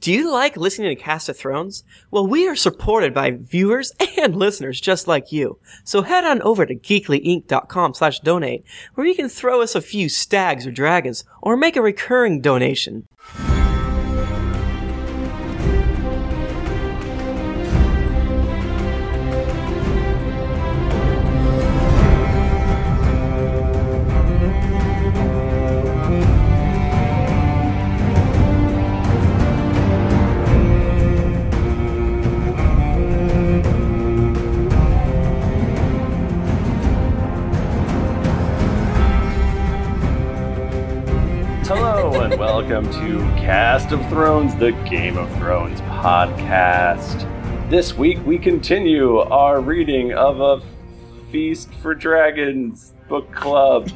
Do you like listening to Cast of Thrones? Well, we are supported by viewers and listeners just like you. So head on over to geeklyinc.com slash donate, where you can throw us a few stags or dragons, or make a recurring donation. Hello and welcome to Cast of Thrones, the Game of Thrones podcast. This week we continue our reading of a Feast for Dragons book club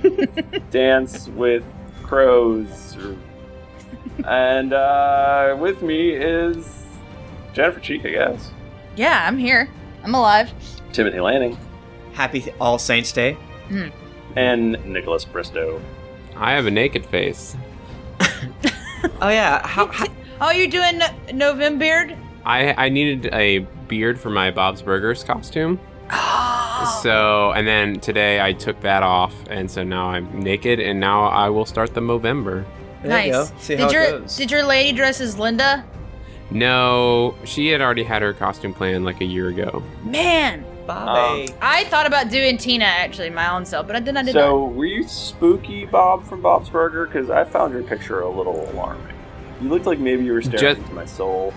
dance with crows. And uh, with me is Jennifer Cheek, I guess. Yeah, I'm here. I'm alive. Timothy Lanning Happy Th- All Saints Day. and Nicholas Bristow. I have a naked face. Oh yeah, how, how, Oh, you doing November beard? I I needed a beard for my Bob's Burgers costume. Oh, So and then today I took that off, and so now I'm naked, and now I will start the Movember. there nice. you go. See did how your it goes. did your lady dress as Linda? No, she had already had her costume planned like a year ago. Man, Bobby. I thought about doing Tina actually my own self, but then I did So, were you spooky Bob from Bob's Burger? Because I found your picture a little alarming. You looked like maybe you were staring Just- into my soul.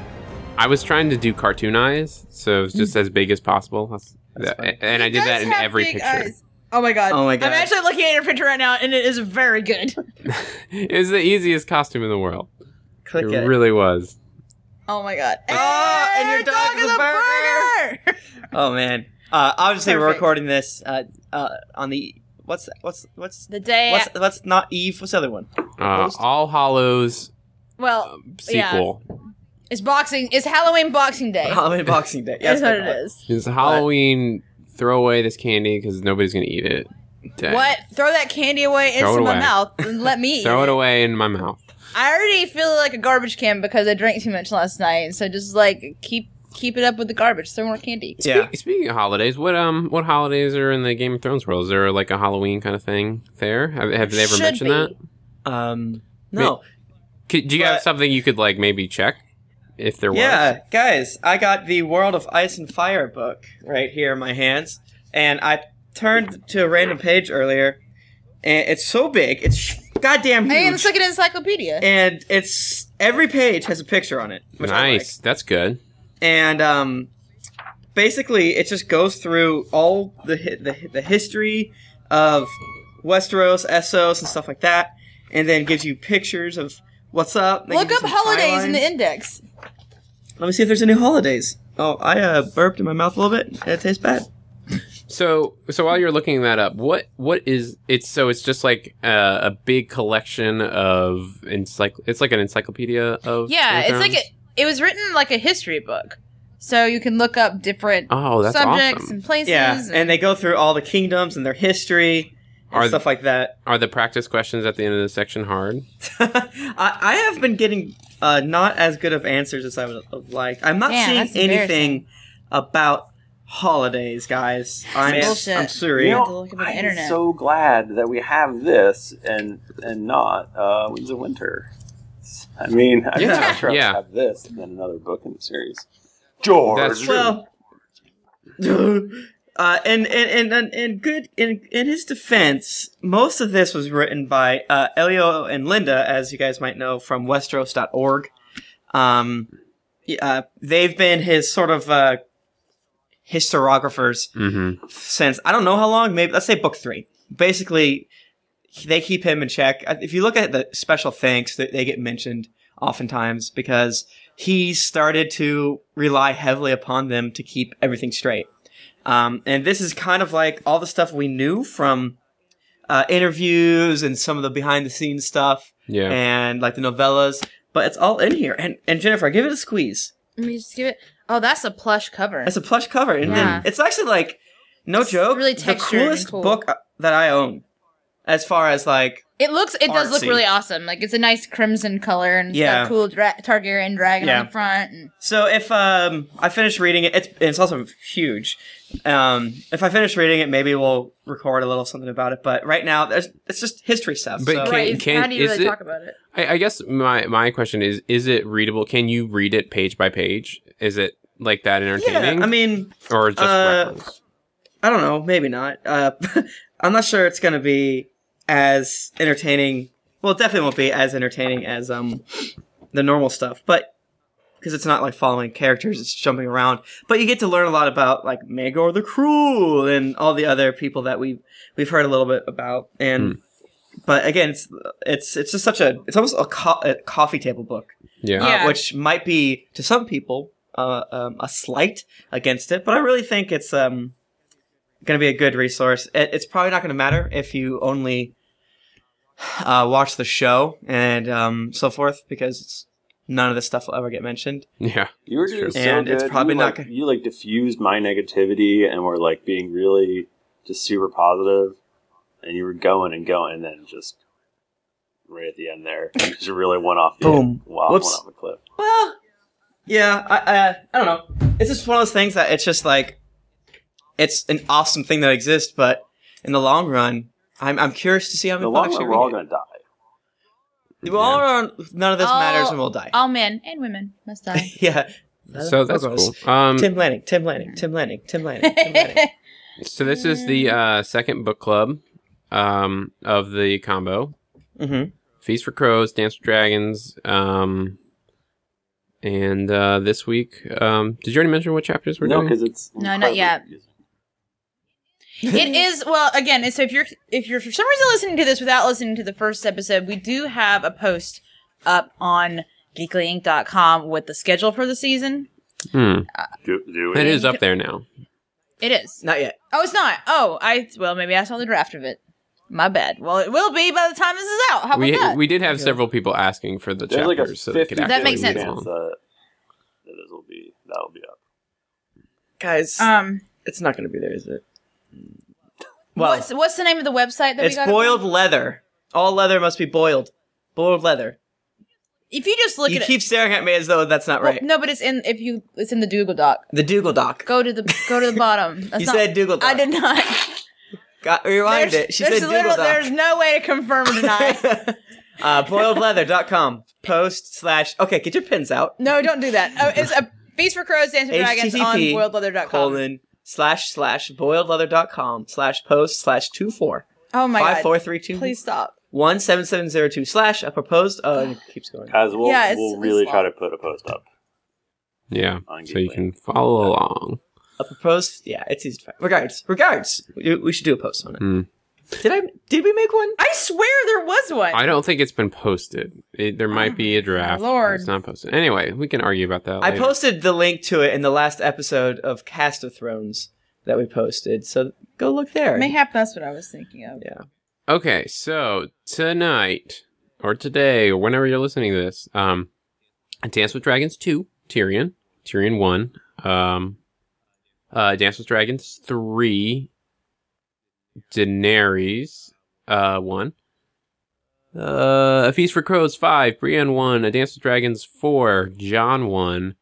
I was trying to do cartoon eyes, so it was just as big as possible. That's- That's fine. and I did that in every picture. Oh my god. Oh my I'm God. actually looking at your picture right now, and it is very good. It was the easiest costume in the world. Click it it. really was. Oh my god. Oh, and your Hey, dog is a burger. oh man. Uh, obviously, we're Perfect. recording this uh, uh, on the what's what's what's The day. what's what's not Eve? What's the other one? Uh, Post- All Hollows well, um, Yeah. sequel it's boxing. It's Halloween Boxing Day. Halloween Boxing Day. That's Yes, what it is. is Halloween. Throw away this candy because nobody's gonna eat it. Dang. What? Throw that candy away Throw into it my away. mouth and let me eat Throw it away in my mouth. I already feel like a garbage can because I drank too much last night. So just like keep keep it up with the garbage. Throw more candy. Yeah. Spe- Speaking of holidays, what um what holidays are in the Game of Thrones world? Is there like a Halloween kind of thing there? Have, have they ever Should mentioned be. that? Um. No. Could, do you have But- something you could like maybe check if there was? Yeah, guys, I got the World of Ice and Fire book right here in my hands, and I turned to a random page earlier, and it's so big, it's goddamn huge. Hey, it's like an encyclopedia. and it's every page has a picture on it. Which I like. Nice, that's good. and um, basically it just goes through all the hi- the, hi- the history of Westeros, Essos, and stuff like that, and then gives you pictures of what's up. They Look give you some up holidays in timelines. the index. Let me see if there's any holidays. Oh, I uh, burped in my mouth a little bit. and It tastes bad. So so while you're looking that up, what what is it's so it's just like uh, a big collection of encycl it's like an encyclopedia of Yeah, Game it's of like Thrones? a, it was written like a history book, so you can look up different oh that's subjects awesome. and places. Yeah, and they go through all the kingdoms and their history and Are- stuff like that. Are the practice questions at the end of the section hard? I, I have been getting uh, not as good of answers as I would have liked. I'm not Damn, that's seeing anything embarrassing. about holidays, guys. I'm, bullshit. I'm sorry. You have to look up on the I'm internet. so glad that we have this and and not uh, Winds of Winter. I mean, I'd Yeah. much rather Yeah. have this than another book in the series. George, That's true. well, uh, and, and, and, and, and good, in, in his defense, most of this was written by uh, Elio and Linda, as you guys might know from Westeros.org. Um, yeah, uh, they've been his sort of uh, historiographers Mm-hmm. since I don't know how long. Maybe let's say book three. Basically, they keep him in check. Uh, If you look at the special thanks, that they get mentioned oftentimes because he started to rely heavily upon them to keep everything straight. Um, and this is kind of like all the stuff we knew from uh, interviews and some of the behind the scenes stuff Yeah. and like the novellas. But it's all in here. And and Jennifer, give it a squeeze. Let me just give it. Oh, that's a plush cover. It's a plush cover, and, and Yeah. it's actually like no It's joke, really the textured and coolest cool. book uh, that I own. as far as like It looks, it does look Artsy. really awesome. Like it's a nice crimson color and it's Yeah. got cool dra- Targaryen dragon Yeah. on the front. And So if um, I finish reading it, it's it's also huge. Um, if I finish reading it, maybe we'll record a little something about it. But right now, there's it's just history stuff. But so- Can- right, can- how do you is really it- talk about it? I, I guess my my question is: Is it readable? Can you read it page by page? Is it like that entertaining, yeah, I mean, or just uh, reference? I don't know, maybe not. Uh, I'm not sure it's gonna be as entertaining. Well, it definitely won't be as entertaining as um the normal stuff, but because it's not like following characters, it's jumping around. But you get to learn a lot about like Magor the Cruel and all the other people that we we've heard a little bit about. And but again, it's it's it's just such a it's almost a, co- a coffee table book Yeah. uh, Yeah. which might be to some people uh, um, a slight against it, but I really think it's um, going to be a good resource. It, it's probably not going to matter if you only uh, watch the show and um, so forth, because it's, none of this stuff will ever get mentioned. yeah. You were doing It's so true. And good. it's probably you, not like, gonna- you like diffused my negativity and were like being really just super positive, and you were going and going, and then just right at the end there, you just really went off. The Boom. Wow, went Whoops. off a cliff. Well, yeah, I, uh, I don't know. It's just one of those things that it's just like it's an awesome thing that exists, but in the long run. I'm, I'm curious to see how In the many long folks run, you we're all read. gonna die. We're all around- none of this All- matters and we'll die. All men and women must die. yeah. So that's cool. Um, Tim Lanning, Tim Lanning, Tim Lanning, Tim Lanning, Tim Lanning. yeah, so this is the uh, second book club um, of the combo: Mm-hmm. Feast for Crows, Dance for Dragons. Um, and uh, this week, um, did you already mention what chapters we're No, doing? because it's No, not incredibly yet. confusing. it is well again so if you're if you're for some reason listening to this without listening to the first episode we do have a post up on geeklyinc.com with the schedule for the season Hmm. Do, do It it. is up there now. it is Not yet. oh it's not oh i well maybe i saw the draft of it my bad well it will be by the time this is out how about We that we did have Okay. several people asking for the There's chapters, like a so they could fifty actually That makes read sense. along. that that this will be that'll be up. Guys, um it's not going to be there, is it? Well, what's what's the name of the website that it's we got it boiled from? leather. All leather must be boiled. Boiled leather. if you just look you at keep staring at me as though that's not it well, right. no but it's in if you it's in the Google doc The Dougal Doc. go to the go to the bottom That's you not- said Dougal Doc. i did not Got, rewind There's- it. She there's said Dougal literal- There's Doc. no way to confirm or deny. uh, boiledleather.com. Post slash. Okay, get your pins out. no, don't do that. Oh, it's a Feast for Crows, Dance for Dragons on HTTP boiledleather.com. Colon slash slash boiledleather.com slash post slash two four Oh my five god. four three two Please stop. one seven seven zero two slash a proposed uh and it keeps going. Guys, we'll, Yeah, it's- we'll it's really try to long. put a post up. Yeah, On so you Geekly. can follow along. A proposed yeah, it's easy to find. Regards. Regards. We, we should do a post on it. Hmm. Did I did we make one? I swear there was one. I don't think it's been posted. It, there might be a draft. but Ah, Lord. it's not posted. Anyway, we can argue about that. I later. posted the link to it in the last episode of Cast of Thrones that we posted. So go look there. Mayhap that's what I was thinking of. Okay, so tonight or today or whenever you're listening to this, um, Dance with Dragons two, Tyrion, Tyrion one, um, uh, Dance with Dragons three, Daenerys uh one, uh, A Feast for Crows five, Brienne one, A Dance with Dragons four, John one,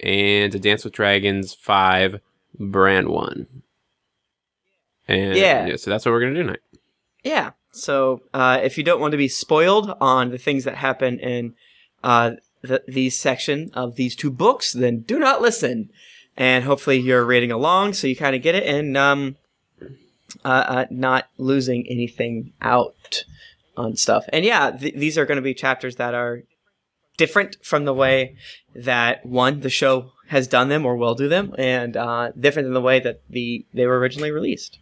and A Dance with Dragons five, Bran one. And Yeah. yeah, so that's what we're gonna do tonight. Yeah. So uh, if you don't want to be spoiled on the things that happen in uh, the, the section of these two books, then do not listen. And hopefully you're reading along so you kind of get it and um, uh, uh, not losing anything out on stuff. And yeah, th- these are going to be chapters that are different from the way that one the show has done them or will do them, and uh, different than the way that the they were originally released.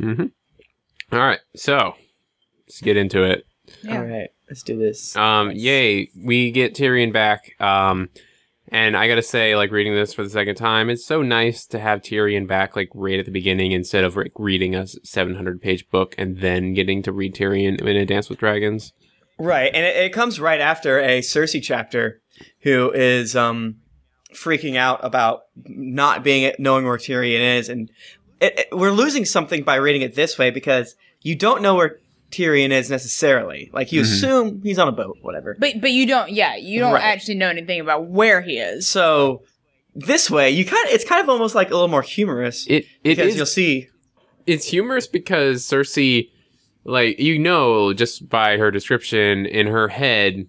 Mm-hmm. All right, so let's get into it. Yeah. All right, let's do this. Um, Nice. yay, we get Tyrion back. Um, and I gotta say, like reading this for the second time, it's so nice to have Tyrion back, like right at the beginning, instead of like, reading a seven hundred page book and then getting to read Tyrion in a Dance with Dragons. Right, and it, it comes right after a Cersei chapter, who is um, freaking out about not being knowing where Tyrion is, and it, it- we're losing something by reading it this way because you don't know where Tyrion is necessarily. Like you Mhm. assume he's on a boat, whatever. But but you don't. Yeah, you don't Right. actually know anything about where he is. So this way, you kind of it's kind of almost like a little more humorous It it because is you'll see. it's humorous because Cersei, like you know, just by her description in her head,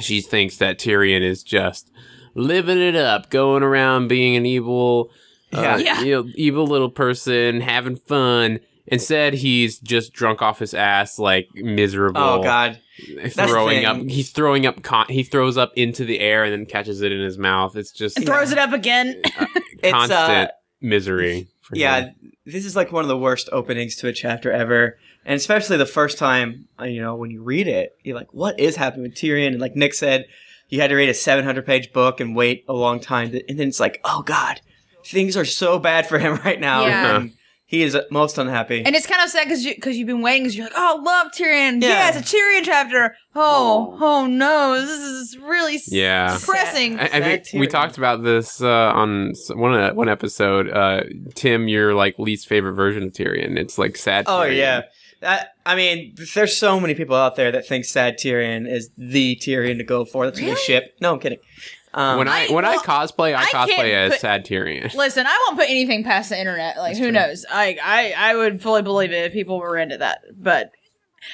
she thinks that Tyrion is just living it up, going around being an evil, Yeah. uh, Yeah. you know, evil little person, having fun. Instead, he's just drunk off his ass, like miserable. Oh God, the throwing up. thing. He's throwing up. Con- he throws up into the air and then catches it in his mouth. It's just uh, And throws it up again. it's constant uh, misery. for him. yeah. This is like one of the worst openings to a chapter ever, and especially the first time uh, you know when you read it, you're like, "What is happening with Tyrion?" And like Nick said, you had to read a 700 page book and wait a long time, to, and then it's like, "Oh God, things are so bad for him right now." Yeah. And he is most unhappy. And it's kind of sad because you, cause you've been waiting because you're like, oh, love Tyrion. Yeah. Yeah. it's a Tyrion chapter. Oh, oh, no. This is really s- Yeah. depressing. I, I Sad think we Tyrion. talked about this uh, on s- one uh, one episode. Uh, Tim, your like least favorite version of Tyrion. It's like sad. Oh Tyrion. yeah. That, I mean, there's so many people out there that think Sad Tyrion is the Tyrion to go for. That's really? the Really? ship. No, I'm kidding. Um, when I, I- when I well, cosplay, I, I can't cosplay as put- sad Tyrion. Listen, I won't put anything past the internet. Like, That's who true. knows? I, I, I would fully believe it if people were into that. But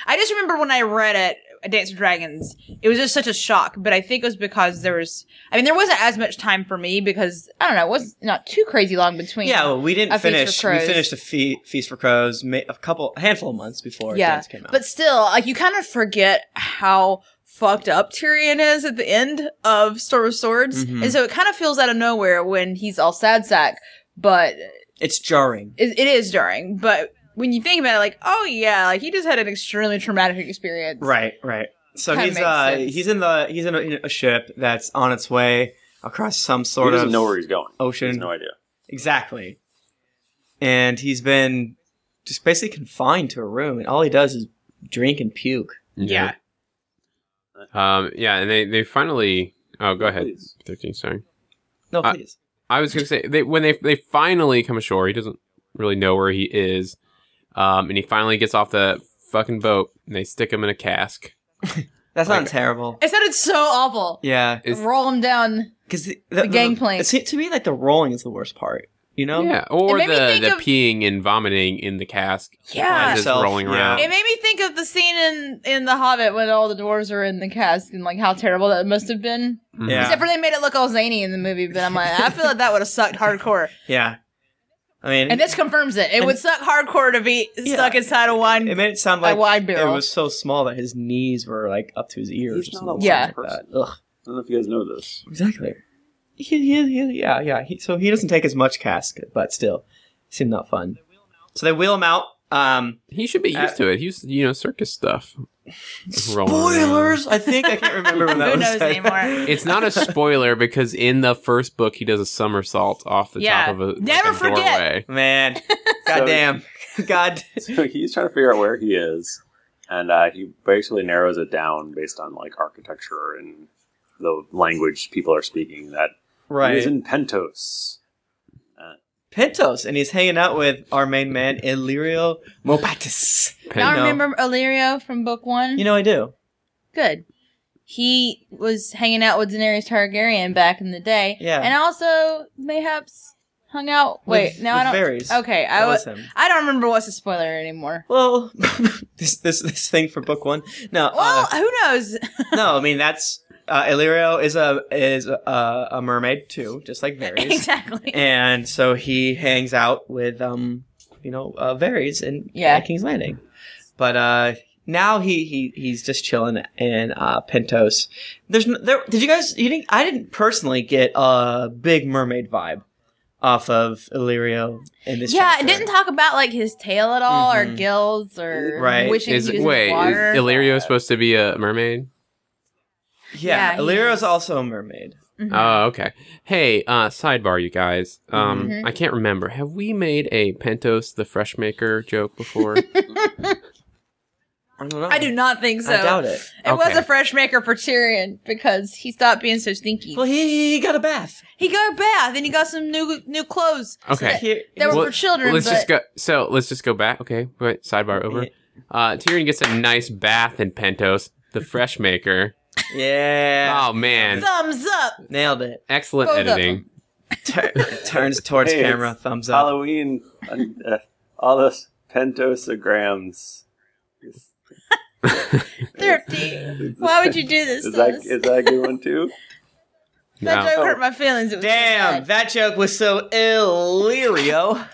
I just remember when I read it, Dance of Dragons, it was just such a shock. But I think it was because there was, I mean, there wasn't as much time for me because, I don't know, it was not too crazy long between. yeah, well, we A didn't Feast for finish. We Crows. finished a fe- Feast for Crows ma- a couple, a handful of months before Yeah, Dance came out. But still, like you kind of forget how fucked up Tyrion is at the end of Storm of Swords, Mhm. and so it kind of feels out of nowhere when he's all sad sack. But it's jarring. it, it is jarring. But when you think about it, like oh yeah, like he just had an extremely traumatic experience. Right, right. So Kinda he's makes uh sense. he's in the he's in a, in a ship that's on its way across some He sort doesn't of know where he's going. He ocean. has no idea. Exactly. And he's been just basically confined to a room, and all he does is drink and puke. Yeah. Um. Yeah, and they they finally. Oh, go ahead. Please. Thirteen. Sorry. No, Uh, please. I was gonna say they when they they finally come ashore, he doesn't really know where he is, um, and he finally gets off the fucking boat and they stick him in a cask. That's not like- terrible. It sounded so awful. Yeah, It's- Roll him down. because the, The gangplank. it seemed- to me, like the rolling is the worst part. You know? Yeah, or It made me the think the of- peeing and vomiting in the cask Yeah. as it's Yourself, rolling yeah. around. It made me think of the scene in in The Hobbit when all the dwarves were in the cast and like how terrible that must have been. Mhm. Yeah. Except for they made it look all zany in the movie, but I'm like, I feel like that would have sucked hardcore. Yeah. I mean, And this confirms it. It would And- suck hardcore to be Yeah. stuck inside a wine. it made it sound a like wine barrel. it was so small that his knees were like up to his ears. He's or not a something like large that. person. Ugh. I don't know if you guys know this. Exactly. He, he, he, yeah, yeah. He, so he doesn't take as much cask, but still, seemed not fun. So they wheel him out. Um, He should be used Uh, to it. He's you know circus stuff. Rolling around. spoilers. I think I can't remember when that Who was knows said. anymore? It's not a spoiler because in the first book he does a somersault off the Yeah. top of a like Never a forget. doorway. Man, goddamn, god. So he's trying to figure out where he is, and uh, he basically narrows it down based on like architecture and the language people are speaking. That Right. he's in Pentos. Pentos, and he's hanging out with our main man, Illyrio Mopatis. Pen- Y'all No. remember Illyrio from book one? You know I do. Good. He was hanging out with Daenerys Targaryen back in the day. Yeah. And also, mayhaps, hung out. Wait, With- now with I don't. Varys. Okay, That I w- was him. I don't remember what's a spoiler anymore. Well, this this this thing for book one. No, Well, who knows? uh, no. I mean that's uh, Illyrio is a is a, a mermaid too, just like Varys, exactly. and so he hangs out with um you know uh, Varys in Yeah. at King's Landing, but uh. Now he, he he's just chilling in uh, Pentos. There's no, there. Did you guys? You didn't. I didn't personally get a big mermaid vibe off of Illyrio in this. yeah, it chapter. didn't talk about like his tail at all, or Mhm. gills, or Right. wishing Is he was wait in water. is Illyrio supposed to be a mermaid? Yeah, Yeah, he Illyrio's is. also a mermaid. Mhm. Oh, okay. Hey, uh, sidebar, you guys. Um, Mhm. I can't remember. Have we made a Pentos the Fresh Maker joke before? I don't know. I do not think so. I doubt it. It was Okay. a fresh maker for Tyrion because he stopped being so stinky. Well, he, he got a bath. he got a bath and he got some new new clothes. Okay. Here, They were Well, for children, let's but just go. So let's just go back. Okay, wait. Sidebar over. Uh, Tyrion gets a nice bath in Pentos, the fresh maker. Yeah. Oh man, Thumbs up. Nailed it. excellent Both of editing. Tur- turns towards Hey, camera, thumbs up. Halloween, and, uh, all those pentosograms. Is, Thrifty. Why would you do this? is to that us? is that a good one too? that No. joke hurt my feelings. It was Damn, bad. that joke was so illyrio.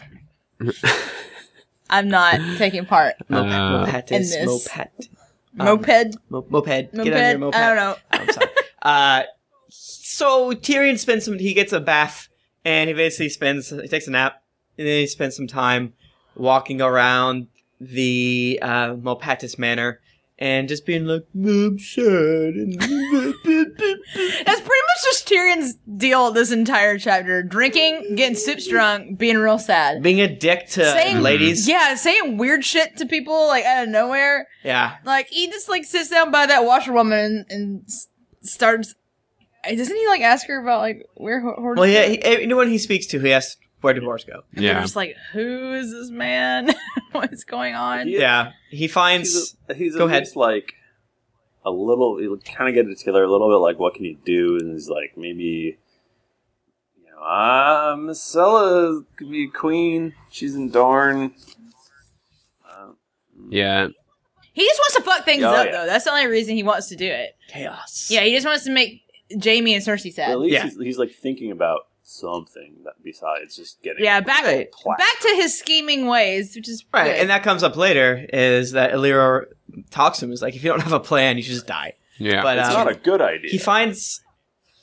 I'm not taking part. Uh, moped in is this. moped. Um, Moped. Uh, Mo- moped. Moped. Get on your moped. I don't know. I'm sorry. Uh, so Tyrion spends some. He gets a bath, and he basically spends. He takes a nap, and then he spends some time walking around the uh, Mopatis Manor, and just being like, "I'm sad," and That's pretty much just Tyrion's deal this entire chapter: drinking, getting soups drunk, being real sad. being a dick to Saying- ladies. Yeah, saying weird shit to people like out of nowhere. Yeah. Like he just like sits down by that washerwoman and, and s- starts. Doesn't he like ask her about like where ho- horses? Well, yeah. go? He, anyone he speaks to, he asks, "Where do horse go?" And yeah. yeah. just like, who is this man? What's going on? Yeah. Yeah. He He's, finds. a, he's Go at ahead. least like a little. He'll kind of get it together a little bit. Like, what can you do? And he's like, maybe. you know, Ah, Miss Sella could be a queen. She's in Dorne. Uh, Yeah. He just wants to fuck things Oh, up, yeah. though. That's the only reason he wants to do it. chaos. Yeah, he just wants to make Jamie and Cersei at sad. least Yeah. he's, he's like thinking about something that besides just getting. Yeah, back Right. Plat- back to his scheming ways, which is Right, good. and that comes up later is that Illyrio talks to him is like, if you don't have a plan, you should just die. Yeah. But It's um, not a good idea. he finds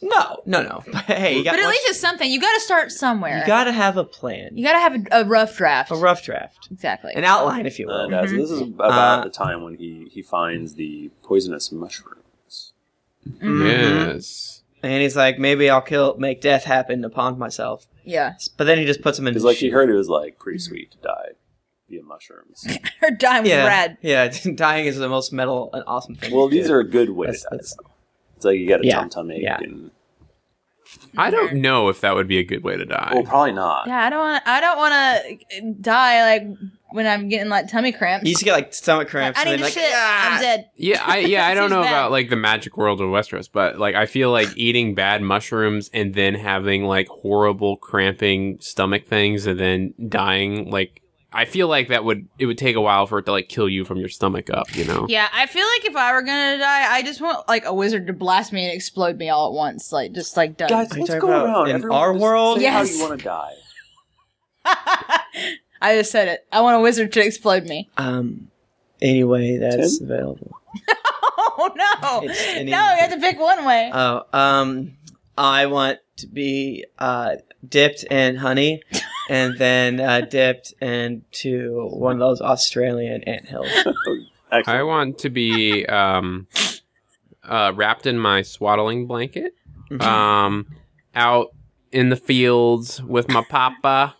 no, no, no. But hey, you got but at once- least it's something. You got to start somewhere. you got to have a plan, You got to have a, a rough draft. a rough draft, exactly. an outline, if you Uh, will. no, so this is Mm-hmm. about Uh, the time when he, he finds the poisonous mushrooms. Mm-hmm. Mhm. Yes. And he's like, maybe I'll kill, make death happen upon myself. yeah, But then he just puts him in. Because like he shoe. heard it was like pretty Mm-hmm. sweet to die via mushrooms. her dime was yeah, rad. yeah. Dying is the most metal and awesome thing. well, to these do. are a good way to That's- die. though. It's like you got a Yeah, ton ton egg yeah. and I don't know if that would be a good way to die. Oh. well, probably not. Yeah, I don't want. I don't want to die like when I'm getting like tummy cramps. You used to get like stomach Like, cramps. I and need then, a like, "Ah!" shit. I'm dead. Yeah, I yeah, I don't Seems know bad. about like the magic world of Westeros, but like I feel like eating bad mushrooms and then having like horrible cramping stomach things and then dying like I feel like that would it would take a while for it to like kill you from your stomach up, you know. Yeah, I feel like if I were gonna die, I just want like a wizard to blast me and explode me all at once, like just like done. Guys, Are you let's talking go about around. in Everyone our just world? say how Yes. you want to die. I just said it. I want a wizard to explode me. Um. Anyway, that's Tim? available. Oh no! It's an no, you have to pick one way. Oh, um, I want to be uh, dipped in honey and then uh, dipped into one of those Australian anthills. I Actually, want to be um uh wrapped in my swaddling blanket. Mm-hmm. Uh, Um out in the fields with my papa.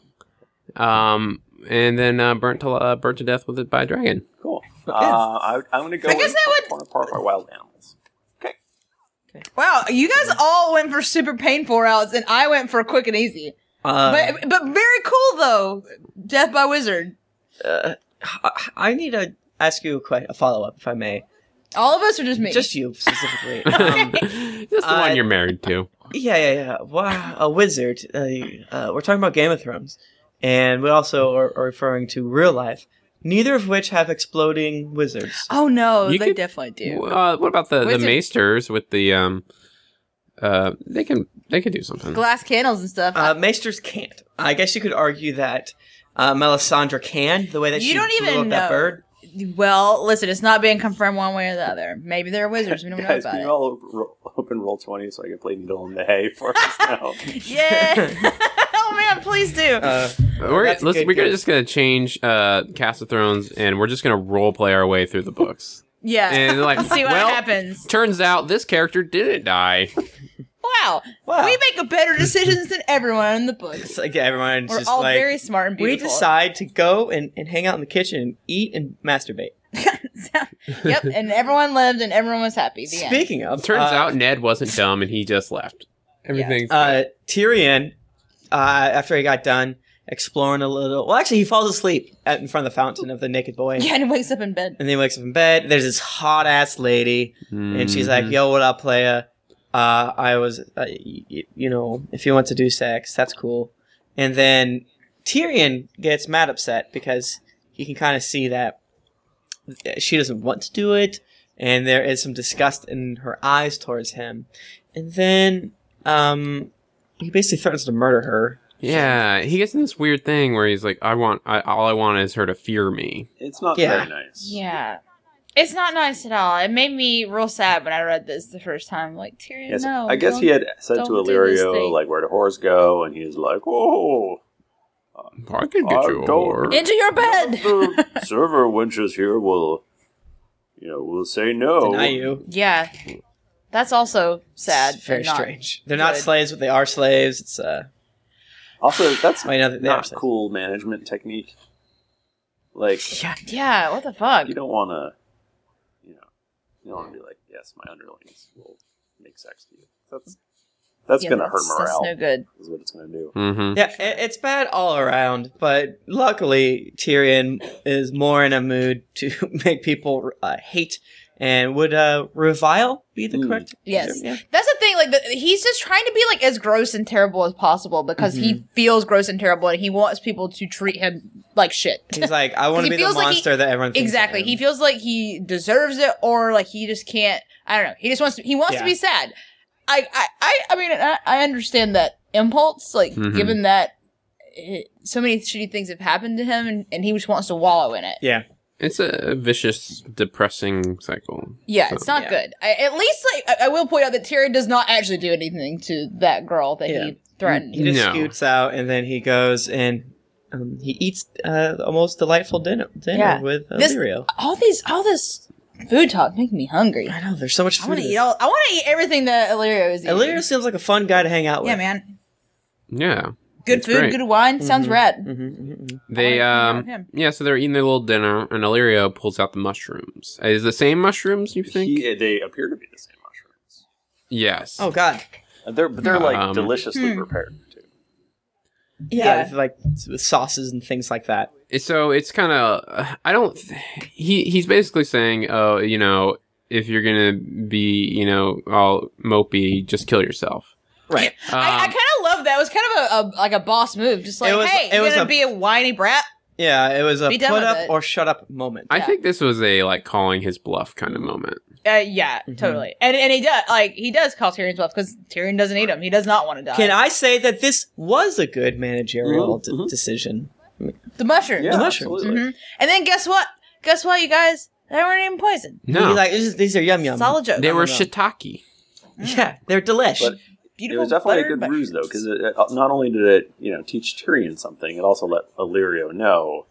Um and then uh, burnt to uh, burnt to death with it by a dragon. cool. Uh, I, I'm gonna go. I guess in that for- for- for wild animals. wow, you guys all went for super painful routes, and I went for quick and easy. Uh, but but very cool though. Death by wizard. uh, I- I need to ask you a, que- a follow up, if I may. All of us are just me. Just you specifically. Just um, the uh, one you're married to. yeah, yeah, yeah. Wow, a wizard. Uh, uh, we're talking about Game of Thrones, and we also are, are referring to real life. Neither of which have exploding wizards. oh no, You they could- definitely do. W- Uh, what about the, the Wizard- maesters with the um? Uh, they can they can do something. Glass candles and stuff. Uh, Maesters can't. I guess you could argue that uh, Melisandre can, the way that You she don't blew even up that know. bird. Well, listen, it's not being confirmed one way or the other. Maybe they're wizards. We don't Guys, know can you about all ro- open roll twenty so I can play needle in the hay for us now? it. Yeah. oh man, please do. Uh, We're That's a listen, good we're gonna, guess. just gonna change uh Cast of Thrones and we're just gonna role play our way through the books. yeah. and like, See what well, happens. turns out this character didn't die. Wow. Wow. We make a better decisions than everyone in the books. it's like everyone's We're just all like, very smart and we beautiful. decide to go and, and hang out in the kitchen and eat and masturbate. yep, and everyone lived and everyone was happy. The end. Speaking of, turns uh, out Ned wasn't dumb and he just left. Everything's uh, Tyrion, uh, after he got done exploring a little. Well, actually, he falls asleep at, in front of the fountain of the naked boy. Yeah, and he wakes up in bed. And then he wakes up in bed. There's this hot ass lady, Mm-hmm. and she's like, "Yo, what up, playa? Uh, I was, uh, y- y- you know, if you want to do sex, that's cool." And then Tyrion gets mad upset because he can kind of see that she doesn't want to do it, and there is some disgust in her eyes towards him. And then um, he basically threatens to murder her. yeah, he gets in this weird thing where he's like, "I want, I, all I want is her to fear me." It's not Yeah. very nice. Yeah. It's not nice at all. It made me real sad when I read this the first time. Like Tyrion, Yes, no. I guess don't- he had said to don't do this Illyrio, thing. like, where do whores go? And he's like, oh, I could get I you. a don't- whore. into your bed. the server wenches here will, you know, will say no. Deny you. yeah, that's also sad. It's very but not- strange. They're not good. slaves, but they are slaves. It's uh, Also, that's Wait, no, they are not slaves. cool management technique. Like, yeah, Yeah, what the fuck? you don't want to, you know, you don't want to be like, yes, my underlings will make sex to you. That's that's Yeah, gonna hurt that's- morale. That's no good. is what it's gonna do. Mm-hmm. Yeah, it, it's bad all around, but luckily Tyrion is more in a mood to make people uh, hate. And would uh, revile be the Mm. Hmm. correct? Yes. Yeah. That's the thing. Like the, he's just trying to be like as gross and terrible as possible because Mm-hmm. he feels gross and terrible, and he wants people to treat him like shit. He's like, I want to he be the feels like he- monster that everyone thinks I Exactly. am. He feels like he deserves it, or like he just can't. I don't know. He just wants to. He wants Yeah. to be sad. I, I, I, I mean, I, I understand that impulse. Like, Mm-hmm. Mhm. given that eh, so many shitty things have happened to him, and, and he just wants to wallow in it. It's a vicious, depressing cycle. Yeah, it's not Yeah. good. I, at least, like, I, I will point out that Tyrion does not actually do anything to that girl that Yeah. he threatened. He just No. scoots out, and then he goes and um, he eats uh, a most delightful dinner dinner Yeah. with This- Illyrio. all these, all this food talk making me hungry. I know there's so much I food. want in to this. eat all. I want to eat everything that Illyrio is eating. Illyrio seems like a fun guy to hang out with. yeah, man. Yeah, Good It's food, great. good wine. Sounds Mhm. rad. Mm-hmm, hmm they I um, like him. yeah. So they're eating their little dinner, and Illyrio pulls out the mushrooms. Is it the same mushrooms you think? He, uh, they appear to be the same mushrooms. yes. Oh God. And they're but they're like Um, deliciously Hmm. prepared too. Yeah. Yeah. with, like with sauces and things like that. so it's kind of i don't he he's basically saying oh you know if you're gonna be you know all mopey just kill yourself Right. I, I Um, kind of love that. It was kind of a, a like a boss move. Just like, It was- hey, it you're was gonna a- be a whiny brat. Yeah, it was a Be put done with up it. or shut up moment. I yeah. think this was a like calling his bluff kind of moment. Uh, yeah, Mhm. totally. And and he does like he does call Tyrion's bluff because Tyrion doesn't eat him. He does not want to die. Can I say that this was a good managerial Mhm, d- mhm. decision? the mushroom. Yeah, mushrooms. absolutely. Mhm. And then guess what? Guess what, you guys? They weren't even poisoned. Be No, like this is- these are yum yum. Solid joke. they were no. shiitake. Yeah, they're delish. But- Mm-hmm. It Beautiful was definitely a buttered good ruse though, mushrooms. because it, it- not only did it you know teach Tyrion something, it also let Illyrio know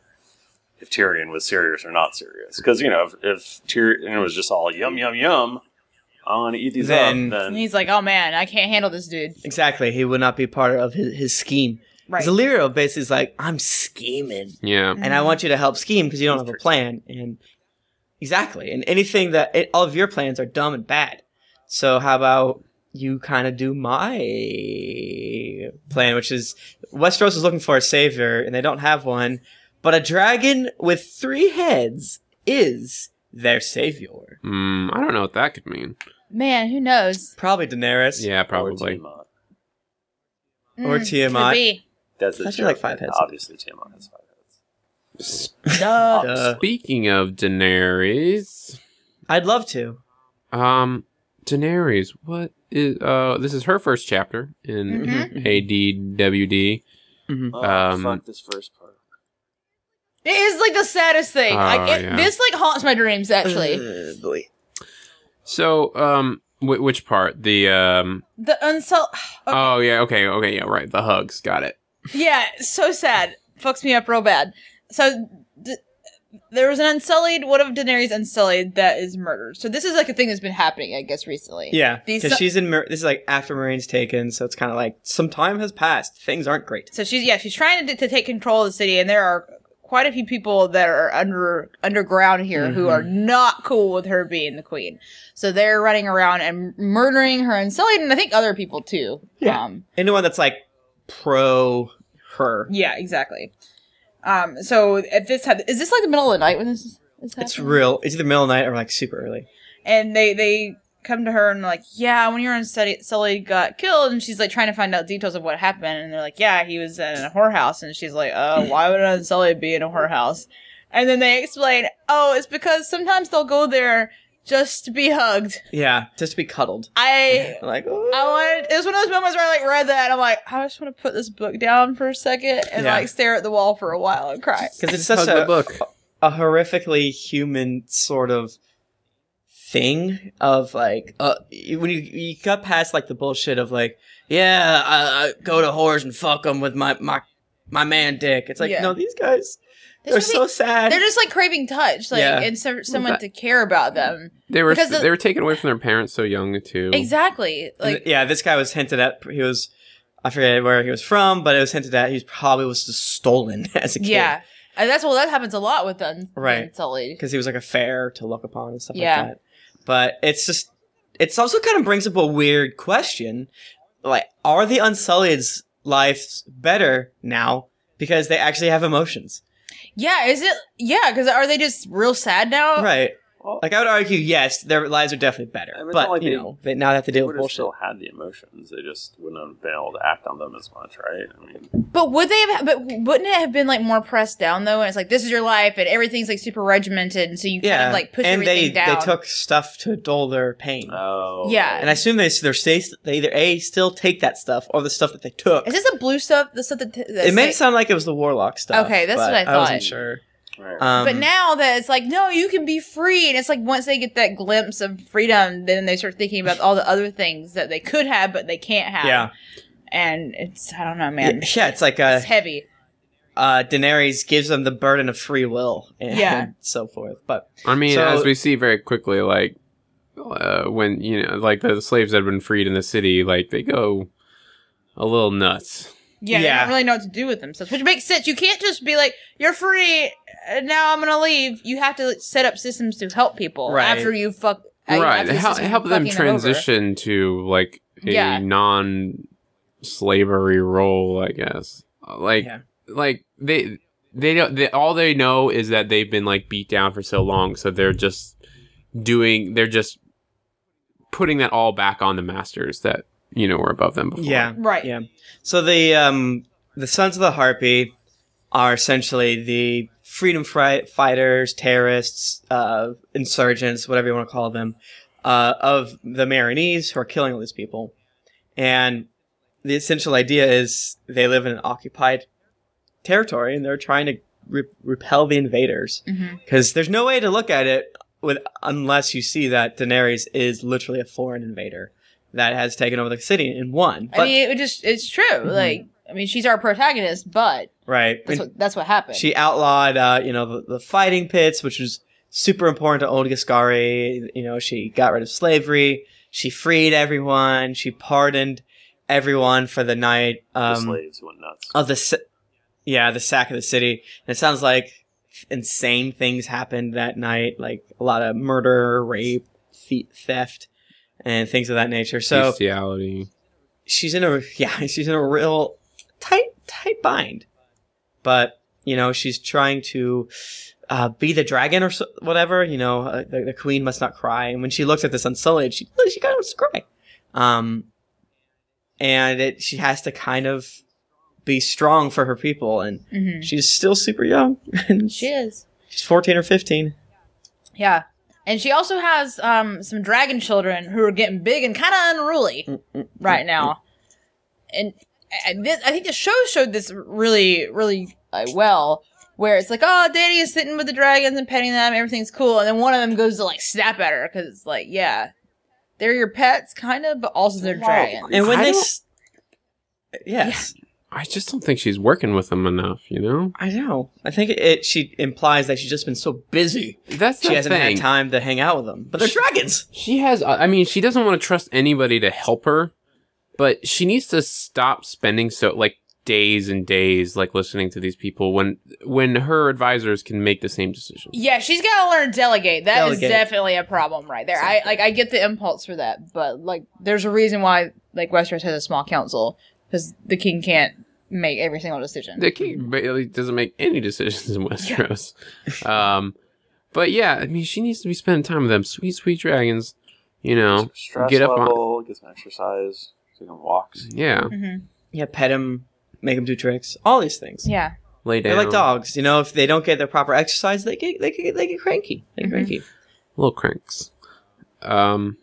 if Tyrion was serious or not serious. Because you know if, if Tyrion was just all yum yum yum, I'm gonna eat these Then- up. Then And he's like, oh man, I can't handle this dude. exactly, he would not be part of his, his scheme. Right. Zalirio basically is like, I'm scheming, Yeah, and Mm. Mm-hmm. I want you to help scheme because you don't have a plan. And exactly, and anything that it, all of your plans are dumb and bad. So how about you kind of do my plan, which is Westeros is looking for a savior and they don't have one, but a dragon with three heads is their savior. mm, I don't know what that could mean. man, who knows? Probably Daenerys. Yeah, Or probably. Tiamat. Or Tiamat. Mm, could be. That's a That's like joke. five heads. Obviously, Tiamat has five heads. S- Duh. Duh. Speaking of Daenerys, I'd love to. um, Daenerys, what is uh? This is her first chapter in Mhm. Mm-hmm. ADWD. Mhm. Oh, Um, fuck this first part. It is like the saddest thing. Oh, like it, yeah. this like haunts my dreams actually. Uh, boy. So, um, wh- which part? The um, the unsel Oh yeah, okay, okay, yeah, right. The hugs, got it. Yeah, so sad. Fucks me up real bad. So d- there was an unsullied, one of Daenerys unsullied that is murdered. So this is like a thing that's been happening, I guess, recently. Yeah, These because so- she's in. Mar- this is like after Marine's taken, so it's kind of like some time has passed. Things aren't great. So she's yeah, she's trying to, to take control of the city, and there are quite a few people that are under underground here who Mhm. are not cool with her being the queen. So they're running around and murdering her and Sully, and I think other people too. Yeah. Um, Anyone that's like pro her. Yeah, exactly. Um, so at this time, is this like the middle of the night when this is? This It's happening? real. It's either middle of the night or like super early. and they they come to her and like, yeah, when you were in Sully, Sully got killed, and she's like trying to find out details of what happened, and they're like, yeah, he was in a whorehouse, and she's like, uh, why would Sully be in a whorehouse? And then they explain, oh, it's because sometimes they'll go there just to be hugged. Yeah, just to be cuddled. I Like, oh. I wanted. It was one of those moments where I like read that, and I'm like, I just want to put this book down for a second and Yeah. like stare at the wall for a while and cry. because it's Hug such the a, book. a horrifically human sort of thing of like uh when you you got past like the bullshit of like yeah I, I go to whores and fuck them with my my my man dick it's like Yeah. no these guys This they're so movie- sad They're just like craving touch, like Yeah. and so, someone to care about them. They were Because the- they were taken away from their parents so young too. Exactly. And Like yeah this guy was hinted at he was I forget where he was from but it was hinted at he was probably was just stolen as a kid yeah, and that's well, that happens a lot with them, Right. and Sully. because he was like a fair to look upon and stuff Yeah. like that. But it's just, it's also kind of brings up a weird question. Like, are the Unsullied's lives better now because they actually have emotions? Yeah, is it? Yeah, because are they just real sad now? right. Well, Like, I would argue, yes, their lives are definitely better. I mean, it's but, not like you they- know, they now they have to deal would with have bullshit. still had the emotions. They just wouldn't have been able to act on them as much, right? I mean, But would they have? But wouldn't it have been like more pressed down though? And it's like this is your life, and everything's like super regimented, and so you kind yeah. of like push and everything they, down. they took stuff to dull their pain. oh, Yeah. and I assume they, they're stay, they either A, still take that stuff or the stuff that they took. is this the blue stuff? The stuff that t- that's It may like- sound like it was the warlock stuff. Okay, that's but what I I wasn't thought. sure. Right. Um, but now that it's like, no, you can be free, and it's like once they get that glimpse of freedom, then they start thinking about all the other things that they could have but they can't have. yeah, and it's I don't know, man, yeah, yeah, it's like it's a heavy. uh, Daenerys gives them the burden of free will and Yeah. so forth. But I mean, So- as we see very quickly, like uh, when you know, like the slaves that have been freed in the city, like they go a little nuts. Yeah, they Yeah. don't really know what to do with themselves, which makes sense. You can't just be like, "You're free, uh, now I'm gonna leave." You have to like, set up systems to help people Right. after you fuck. uh, you right, after the help, system help them fucking transition to like a Yeah. non-slavery role, I guess. Like, Yeah. like they they don't they, all they know is that they've been like beat down for so long, so they're just doing they're just putting that all back on the masters that you know were above them before. yeah, over. right? Yeah. so the um, the Sons of the Harpy are essentially the freedom fri- fighters, terrorists, uh, insurgents, whatever you want to call them, uh, of the Marinese who are killing all these people. And the essential idea is they live in an occupied territory and they're trying to re- repel the invaders. hmm because there's no way to look at it with unless you see that Daenerys is literally a foreign invader that has taken over the city and won. But I mean, it would just it's true. Like, I mean, she's our protagonist, but right, that's I mean, what that's what happened. she outlawed uh, you know the, the fighting pits, which was super important to Old Gascari. You know, she got rid of slavery. She freed everyone. She pardoned everyone for the night the um, slaves went nuts. of the si- yeah the sack of the city and it sounds like insane things happened that night like a lot of murder rape thie- theft and things of that nature so Bestiality. she's in a yeah she's in a real tight tight bind but you know she's trying to uh, be the dragon or so, whatever you know uh, the, the queen must not cry and when she looks at this unsullied she she kind of wants to cry um and it she has to kind of be strong for her people and Mhm. she's still super young and she is. she's 14 or 15 Yeah. And she also has um, some dragon children who are getting big and kind of unruly right now. And, and this, I think the show showed this really, really uh, well, where it's like, oh, Daddy is sitting with the dragons and petting them, everything's cool. And then one of them goes to like snap at her because it's like, yeah, they're your pets, kind of, but also they're dragons. and when I they don't- s- yes I just don't think she's working with them enough, you know? i know i think it, it she implies that she's just been so busy That's she the hasn't had thing. time to hang out with them. But they're dragons. She has, uh, I mean, she doesn't want to trust anybody to help her, but she needs to stop spending so, like, days and days, like, listening to these people when, when her advisors can make the same decision. Yeah, she's got to learn to delegate. That is Delegate. definitely a problem right there. I like I get the impulse for that, but like there's a reason why like Westeros has a small council because the king can't make every single decision. The king barely doesn't make any decisions in Westeros. um, but yeah, I mean, she needs to be spending time with them sweet, sweet dragons. You know, Stress Get up on- level, get some exercise, take on walks. yeah, Mhm. Yeah, pet him, make him do tricks, all these things. Yeah. lay down. They're like dogs, you know. If they don't get their proper exercise, they get they get, they get cranky. They get Mhm. cranky. little cranks. Um,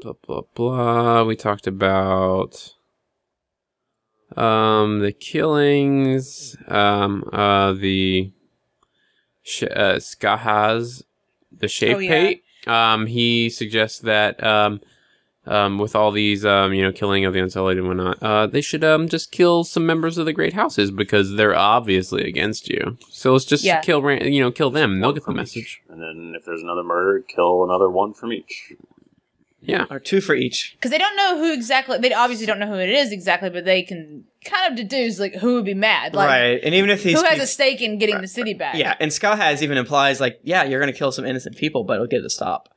blah blah blah. We talked about um the killings. Um, uh, the sh- uh, Skahaz, the shape Oh, yeah. pate. Um, he suggests that um. Um, with all these, um, you know, killing of the Unsullied and whatnot, uh, they should um just kill some members of the Great Houses because they're obviously against you. So let's just Yeah. kill, ran- you know, kill them. They'll One get the from each. message. And then if there's another murder, kill another one from each. Yeah. Or two for each. Because they don't know who exactly, they obviously don't know who it is exactly, but they can kind of deduce like who would be mad, like right. And even if who these has peop- a stake in getting the city back. Yeah, and Scott has even implies like, yeah, you're gonna kill some innocent people, but it'll get a stop.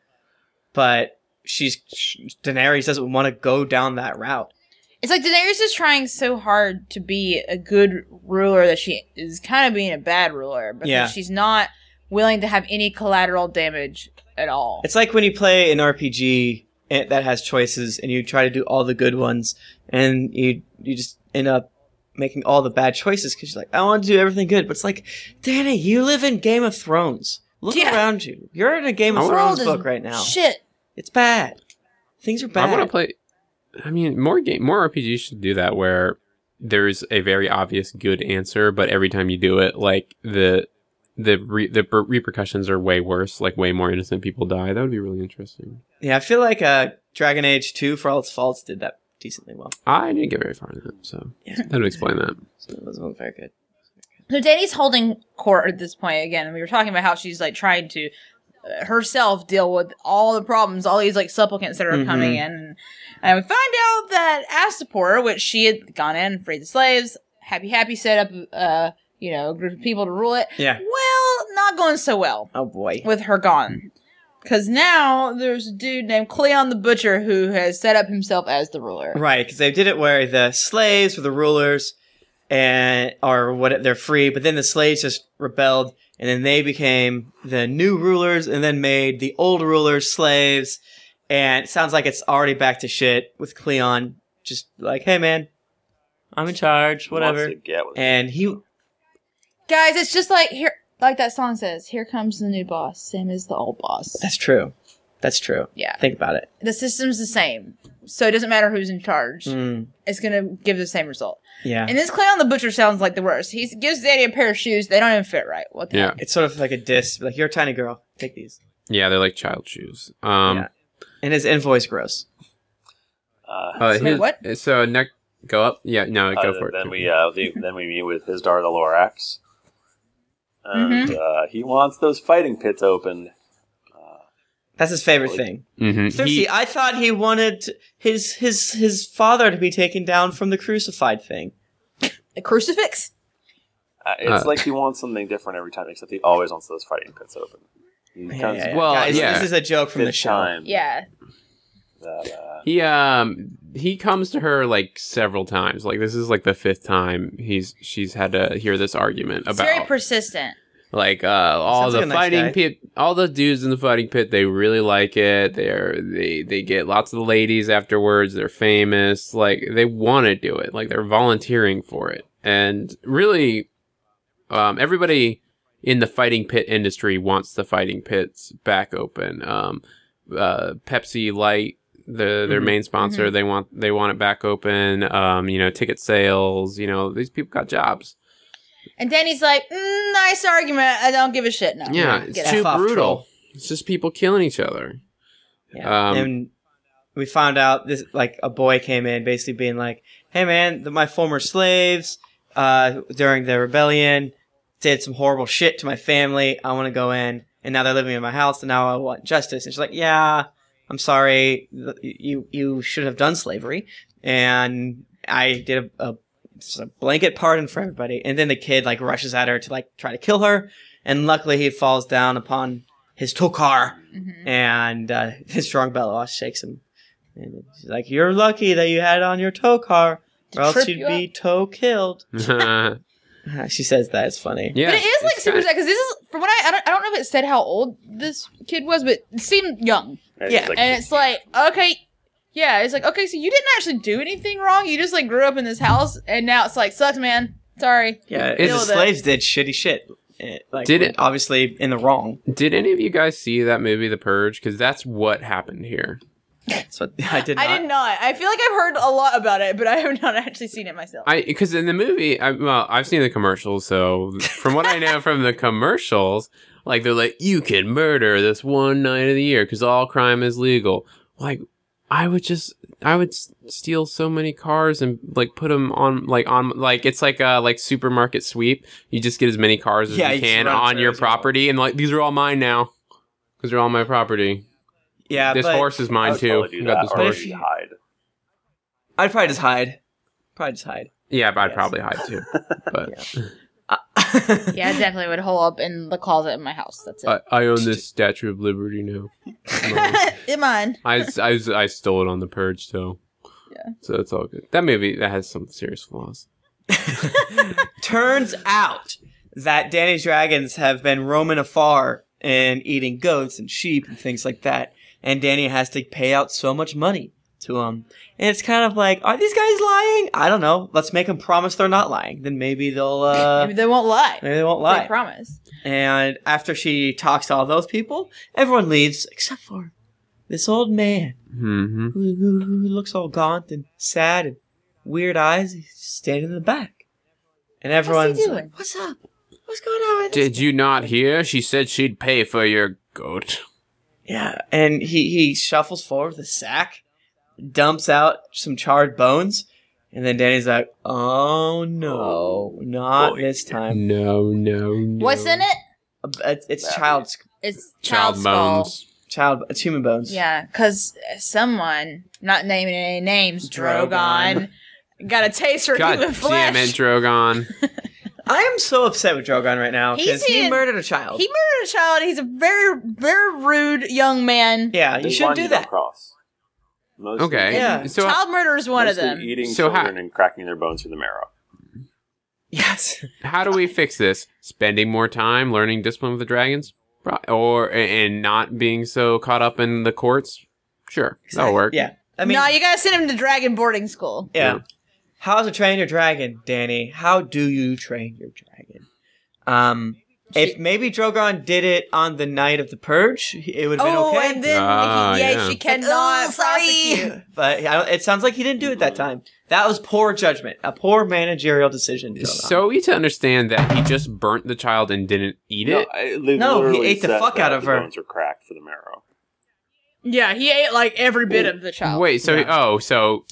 But she's sh- Daenerys doesn't want to go down that route. It's like Daenerys is trying so hard to be a good ruler that she is kind of being a bad ruler because Yeah. she's not willing to have any collateral damage at all. It's like when you play an RPG and- that has choices, and you try to do all the good ones, and you you just end up making all the bad choices because you're like, I want to do everything good, but it's like, Danny, you live in Game of Thrones. Look Yeah. around you. You're in a Game of The Thrones is book right now. Shit. It's bad. Things are bad. I want to play. I mean, more game, more RPGs should do that, where there's a very obvious good answer, but every time you do it, like the the re- the per- repercussions are way worse. Like way more innocent people die. That would be really interesting. Yeah, I feel like uh, Dragon Age Two, for all its faults, did that decently well. I didn't get very far in that, so Yeah. that would explain that. So it wasn't very good. So Danny's holding court at this point again. and We were talking about how she's like trying to uh, herself deal with all the problems, all these like supplicants that are Mhm. coming in, and we find out that Astapor, which she had gone in, freed the slaves, happy happy set up, uh, you know, a group of people to rule it. Yeah. Well, not going so well Oh boy. with her gone, Mm-hmm. because now there's a dude named Cleon the Butcher who has set up himself as the ruler. Right, because they did it where the slaves were the rulers, and or what they're free, but then the slaves just rebelled, and then they became the new rulers, and then made the old rulers slaves. And it sounds like it's already back to shit with Cleon, just like, hey man, I'm in charge, whatever. Wants to get with it. And he Guys, it's just like here, like that song says, "Here comes the new boss, same as the old boss." That's true. That's true. Yeah. Think about it. the system's the same. So it doesn't matter who's in charge. Mm, It's gonna give the same result. yeah. And this Clown the Butcher sounds like the worst. He gives Danny a pair of shoes. They don't even fit right. What the Yeah. heck? it's sort of like a diss. Like you're a tiny girl. Take these. Yeah, they're like child shoes. Um, Yeah. And his invoice gross. Uh, uh, So his- what? So neck go up. Yeah, no, go uh, for it. then we uh, the, then we meet with his daughter Lorax, Mm-hmm. and uh, he wants those fighting pits opened. That's his favorite Like- thing. Mhm. Cersei, He- I thought he wanted his his his father to be taken down from the crucified thing. A crucifix? Uh, it's Uh. like he wants something different every time, except he always wants those fighting pits open. He comes yeah. Well, Guys, yeah. this is a joke from the this show. time Yeah. that, uh, He um he comes to her like several times. Like this is like the fifth time he's she's had to hear this argument It's about very persistent. like uh all Sounds like the a nice fighting guy. pit all the dudes in the fighting pit they really like it. They're they they get lots of ladies afterwards. They're famous. Like they want to do it. Like they're volunteering for it. And really um everybody in the fighting pit industry wants the fighting pits back open. Um uh Pepsi Light the their Mhm. main sponsor. They want they want it back open. Um, you know, ticket sales. You know, these people got jobs. And Danny's like, mm, nice argument. I don't give a shit now. yeah, Get it's out. too F off, brutal. troll. It's just people killing each other. Yeah. Um, and we found out this like a boy came in basically being like, "Hey man, the, my former slaves uh, during the rebellion did some horrible shit to my family. I want to go in, and now they're living in my house, and now I want justice." And she's like, "Yeah, I'm sorry. Th- You you should have done slavery, and I did a, a, just a blanket pardon for everybody." And then the kid like rushes at her to like try to kill her, and luckily he falls down upon his tokar Mhm. and uh, his strong bellow shakes him. And she's like, "You're lucky that you had on your tow car. or else trip you'd you be toe killed. yeah, She says that. It's funny. but it is like it's super kinda- sad because this is from what I I don't, I don't know if it said how old this kid was, but it seemed young. And Yeah, it's like, And it's like, okay, yeah, it's like, okay, so you didn't actually do anything wrong. You just like grew up in this house, and now it's like, sucks, man. Sorry. Yeah, It's- the slaves did shitty shit. Eh, Like, Did it- obviously in the wrong. Did any of you guys see that movie, The Purge? Because that's what happened here. That's what I did. Not. I did not. I feel like I've heard a lot about it, but I have not actually seen it myself. I because in the movie, I, well, I've seen the commercials. So from what I know from the commercials, like they're like, you can murder this one night of the year because all crime is legal. Like, I would just, I would s- steal so many cars and like put them on, like on, like it's like a like supermarket sweep. You just get as many cars as Yeah, you you just can run on through your as well. property, and like these are all mine now because they're all my property. Yeah, this but horse is I mine would too. probably do I got that, this or horse. if you you- hide. I'd probably just hide. Probably just hide. Yeah, but I'd Yes. probably hide too. But Uh, yeah, I definitely would hole up in the closet in my house. That's it. I, I own this Statue of Liberty now. in mine. I, I, I stole it on the purge, so yeah. So it's all good. That movie that has some serious flaws. Turns out that Danny's dragons have been roaming afar and eating goats and sheep and things like that. And Danny has to pay out so much money to them. And it's kind of like, are these guys lying? I don't know. Let's make them promise they're not lying. Then maybe they'll, uh, Maybe they won't lie. maybe they won't They lie. promise. And after she talks to all those people, everyone leaves except for this old man Mm-hmm. who, who, who looks all gaunt and sad and weird eyes. He's standing in the back, and everyone's doing? like, "What's up? What's going on?" With this?" Did you not hear? She said she'd pay for your goat. Yeah, and he he shuffles forward with a sack, dumps out some charred bones, and then Danny's like, "Oh no, not this time." No, no, no. What's in it? It's, it's child's It's Child, child skull. bones. child. It's human bones. Yeah, because someone, not naming any names, Drogon, Drogon. got a taste for God human damn it, flesh. Drogon. I am so upset with Drogon right now He because he did- murdered a child. He murdered a child. He's a very, very rude young man. yeah, There's you one shouldn't do don't that. Cross. Mostly, Okay. Yeah. So child murder is one of mostly E? them. Eating So how- children and cracking their bones for the marrow. Yes. how do we fix this? Spending more time learning discipline with the dragons, Pro- or and not being so caught up in the courts. Sure, that'll work. Yeah. I mean, no, you gotta send him to dragon boarding school. yeah. Yeah. How to train your dragon, Danny? How do you train your dragon? Um, if maybe Drogon did it on the night of the purge, it would have been Oh, okay. and then Ah, yeah, yeah. she cannot Oh, sorry. prosecute. But I don't, it sounds like he didn't do it that time. That was poor judgment, a poor managerial decision. Drogon. So we to understand that he just burnt the child and didn't eat it. No, I- they No, he literally ate the said fuck that out of the her. Bones were cracked for the marrow. Yeah, he ate like every bit of the child. Wait, so Yeah. oh, so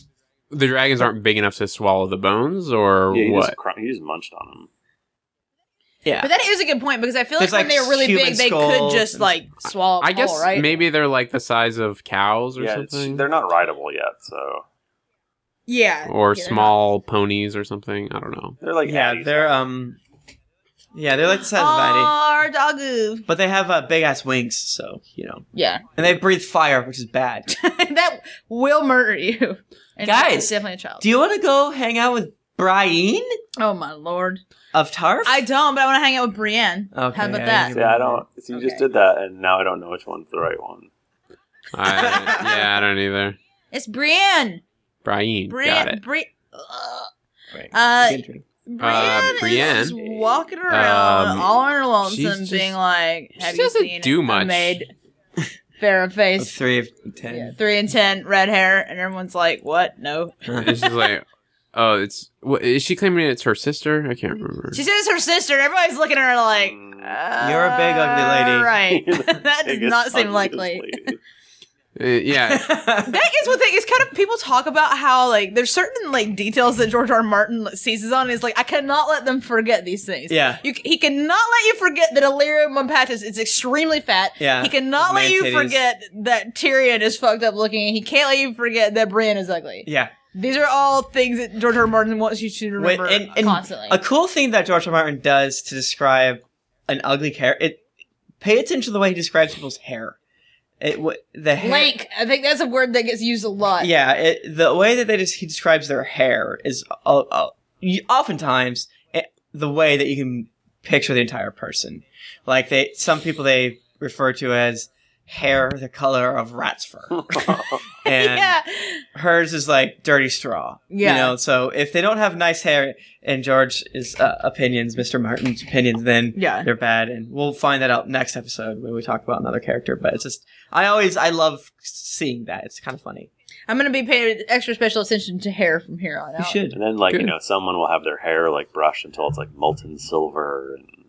the dragons aren't big enough to swallow the bones, or Yeah, he what? just, cr- he just munched on them. yeah, But that is a good point because I feel like, There's, when like, they're really human big, they could skulls just and- like swallow. I them guess whole, right? maybe they're like the size of cows or Yeah, it's, something, they're not rideable yet, so Yeah. or Yeah, they're small ponies or something. I don't know. they're like yeah, Addies. they're um, yeah, they're like the size of not. Addy, Aw, doggo. but they have uh, big ass wings, so you know, Yeah, and they breathe fire, which is bad. that will murder you. And Guys, it's definitely a child. Do you want to go hang out with Brian oh my lord. of Tarf? I don't, but I want to hang out with Brienne. Okay, How about I that? didn't Yeah, I don't. See, you Okay. just did that, and now I don't know which one's the right one. I, yeah, I don't either. It's Brienne. Brian, got Brienne. it. Bri- Ugh. Right. Uh, Good drink. Brienne, Uh, is just Brienne. walking around Um, all on her lonesome, she's just- being like, she "Have you doesn't seen do a much. maid fair of Of face, three of yeah, ten. three and ten, red hair?" And everyone's like, "What? No." It's just like, oh, it's what, is she claiming it's her sister? I can't remember. She said it's her sister. and Everybody's looking at her like, Mm. You're a big, ugly lady." You're Right? the that does biggest, not seem ugliest likely. lady. Uh, yeah, That is what they, it's kind of people talk about how like there's certain like details that George R. R. Martin like, seizes on. And is like I cannot let them forget these things. yeah. You, he cannot let you forget that Illyrio Montpatus is extremely fat. Yeah. He cannot let Man you titties. forget that Tyrion is fucked up looking. He can't let you forget that Brienne is ugly. Yeah. These are all things that George R. R. Martin wants you to Wait, remember and- and constantly. A cool thing that George R. R. Martin does to describe an ugly character, it pay attention to the way he describes people's hair. It w- the hair, Lank. I think that's a word that gets used a lot. Yeah, it, the way that they just, he describes their hair is uh, uh, y- oftentimes eh, the way that you can picture the entire person. Like they, some people they refer to as hair the color of rat's fur, and yeah. hers is like dirty straw. Yeah. you know. So if they don't have nice hair, and George's uh, opinions, Mr. Martin's opinions, then Yeah. they're bad and we'll find that out next episode when we talk about another character but it's just i always i love seeing that it's kind of funny I'm gonna be paying extra special attention to hair from here on out. should And then, like, you Good. know, someone will have their hair, like, brushed until it's, like, molten silver. And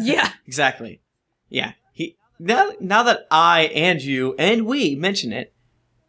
Yeah. exactly yeah he now, now that i and you and we mention it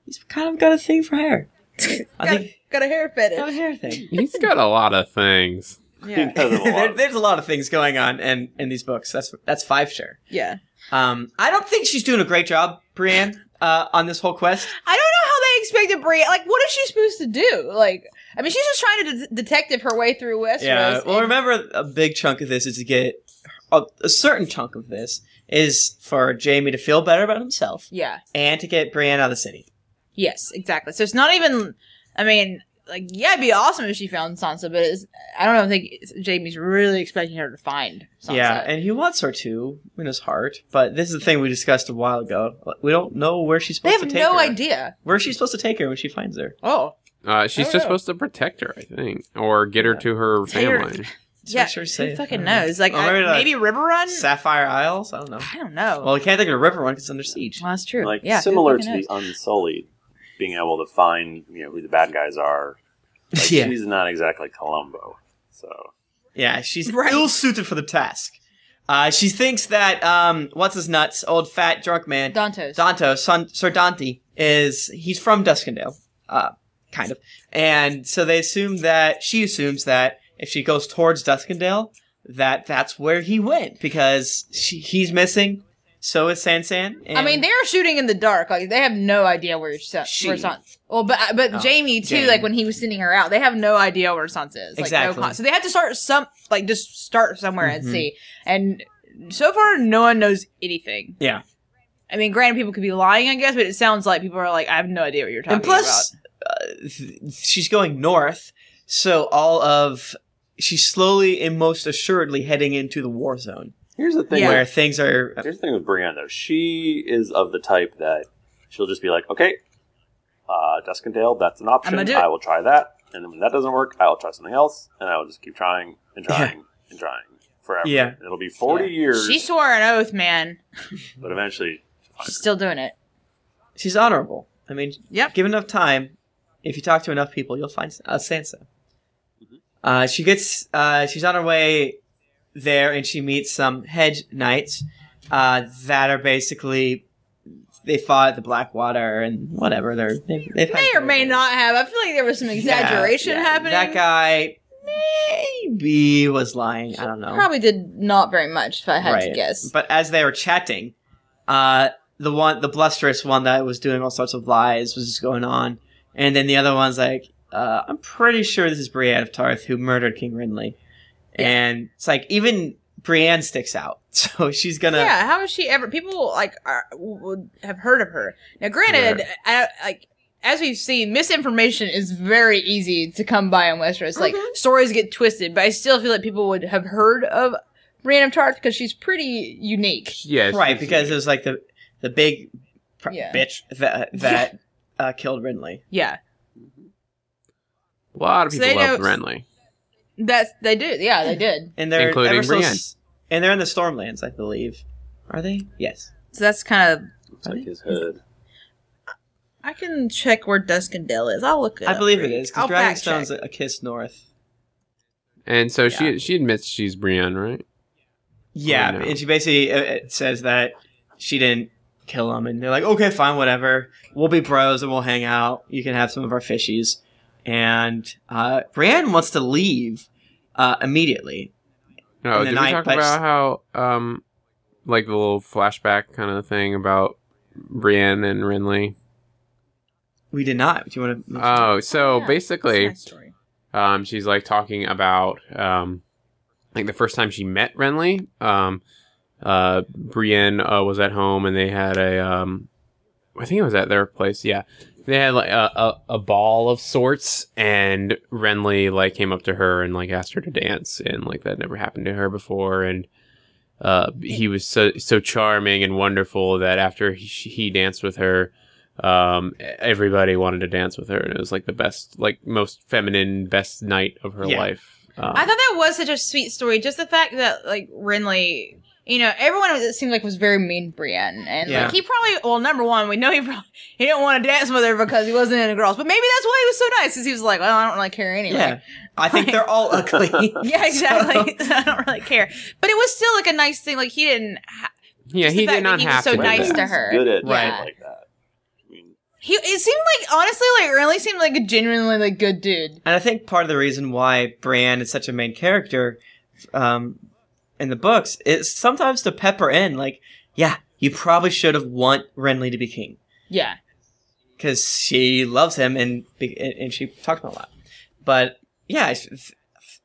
he's kind of got a thing for hair i got, think got a hair got a fetish. hair thing He's got a lot of things. he Yeah. does a lot there, of- there's a lot of things going on in, in these books that's that's five sure Yeah. um i don't think she's doing a great job brienne uh, on this whole quest I don't know how they expected Brie. Like, what is she supposed to do? Like, I mean, she's just trying to de- detective her way through Westeros. Yeah. Well, and- remember, a big chunk of this is to get a, a certain chunk of this is for Jamie to feel better about himself yeah. and to get Brienne out of the city. Yes, exactly. So it's not even. I mean, like, yeah, it'd be awesome if she found Sansa, but it's, I don't think Jamie's really expecting her to find Sansa. Yeah, and he wants her to in his heart, but this is the thing we discussed a while ago. We don't know where she's they supposed have to take no her. idea. Where she's supposed to take her when she finds her. Oh, Uh, she's I don't just know. supposed to protect her, I think, or get her Yeah. to her Take her- family. Just yeah. make sure she's who safe. fucking I don't know. knows? Like, Or I- maybe, maybe, like, River Run. Sapphire Isles? I don't know. I don't know. Well, we can't take her to River Run because it's under siege. Well, that's true. like, yeah, who similar to fucking the Unsullied, being able to find, you know, who the bad guys are. Like, yeah. She's not exactly Columbo. So, Yeah, she's Right. ill suited for the task. Uh, she thinks that um, what's his nuts, old fat drunk man, knows? Dantos. Danto, son, Sir Dante, is he's from Duskendale, uh, kind of, and so they assume that she assumes that if she goes towards Duskendale, that that's where he went because she, he's missing. So is Sansan. And I mean, they are shooting in the dark. Like they have no idea where Sansa. She. Where Sansa well, but but Oh, Jamie too. Jamie. Like when he was sending her out, they have no idea where Sansa is. Like, Exactly. No con- so they have to start some like just start somewhere Mhm. and see. And so far, no one knows anything. Yeah. I mean, granted, people could be lying, I guess, but it sounds like people are like, I have no idea what you're talking and plus, uh, th- she's going north, so all of she's slowly and most assuredly heading into the war zone here's the thing Yeah. where things are. Here's the thing with Brienne, though. She is of the type that she'll just be like, okay, uh, Duskendale, that's an option. I'ma do it." I will try that. And then when that doesn't work, I will try something else. And I will just keep trying and Yeah. trying and trying forever. Yeah. It'll be 40 about. years, She swore an oath, man. but eventually. She's still doing it. She's honorable. I mean, Yep. Give enough time. If you talk to enough people, you'll find uh, Sansa. Uh, she gets. Uh, she's on her way there, and she meets some hedge knights uh, that are basically they fought at the Blackwater and whatever. They're they've, they've had May or their may days. not have. I feel like there was some exaggeration Yeah, yeah. happening. That guy maybe was lying. I don't know. probably did not very much, if I had to Right. guess. But as they were chatting, uh, the one, the blusterous one that was doing all sorts of lies was just going on, and then the other one's like, uh, "I'm pretty sure this is Brienne of Tarth who murdered King Renly," and it's like even Brienne sticks out, so she's gonna. Yeah, how is she ever? People like are, would have heard of her. Now, granted, I, like as we've seen, misinformation is very easy to come by in Westeros. Like Mm-hmm. stories get twisted, but I still feel like people would have heard of Brienne of Tarth because she's pretty unique. Yes, right because it was like the the big pr- Yeah. bitch that that uh, killed Renly. Yeah, a lot of So people they love know- Renly. that's they do. Yeah, they did. and they're Including ever so Brienne. s- and they're in the Stormlands, I believe. Are they? Yes. So that's kind of. Looks like his hood. I can check where Duskendale is. I'll look it I up believe for it you. is because I'll fact Dragonstone's check. a, a kiss north. And so she she admits she's Brienne, right? Yeah, Oh, no. and she basically uh, uh, says that she didn't kill him, and they're like, "Okay, fine, whatever. We'll be bros and we'll hang out. You can have some of our fishies." And uh, Brienne wants to leave uh, immediately. No, And did then we I- talk but- about how um like the little flashback kind of thing about Brienne and Renly? We did not. Do you want to? Oh, so Yeah, basically, That's a nice story. um, she's like talking about um, like the first time she met Renly. Um, uh, Brienne uh, was at home and they had a, um, I think it was at their place. Yeah, they had like a, a, a ball of sorts, and Renly like came up to her and like asked her to dance, and like that never happened to her before, and uh, he was so so charming and wonderful that after he, he danced with her. Um, everybody wanted to dance with her, and it was like the best, like most feminine, best night of her Yeah. life. Um, I thought that was such a sweet story. Just the fact that like Renly, you know, everyone it seemed like was very mean to Brienne, and Yeah. like he probably well, number one, we know he probably he didn't want to dance with her because he wasn't into girls, but maybe that's why he was so nice, because he was like, well, I don't really care anyway. Yeah, I think they're all ugly. Yeah, exactly. I don't really care, but it was still like a nice thing. Like he didn't. Ha- yeah, just the he fact did not that he was have so to. do nice that. to her. Good at Right. stuff like that. I mean, he it seemed like honestly, like Renly seemed like a genuinely like good dude. And I think part of the reason why Bran is such a main character um, in the books is sometimes to pepper in, like, yeah, you probably should have want Renly to be king Yeah, because she loves him and be- and and she talks about a lot. But yeah, it's, th-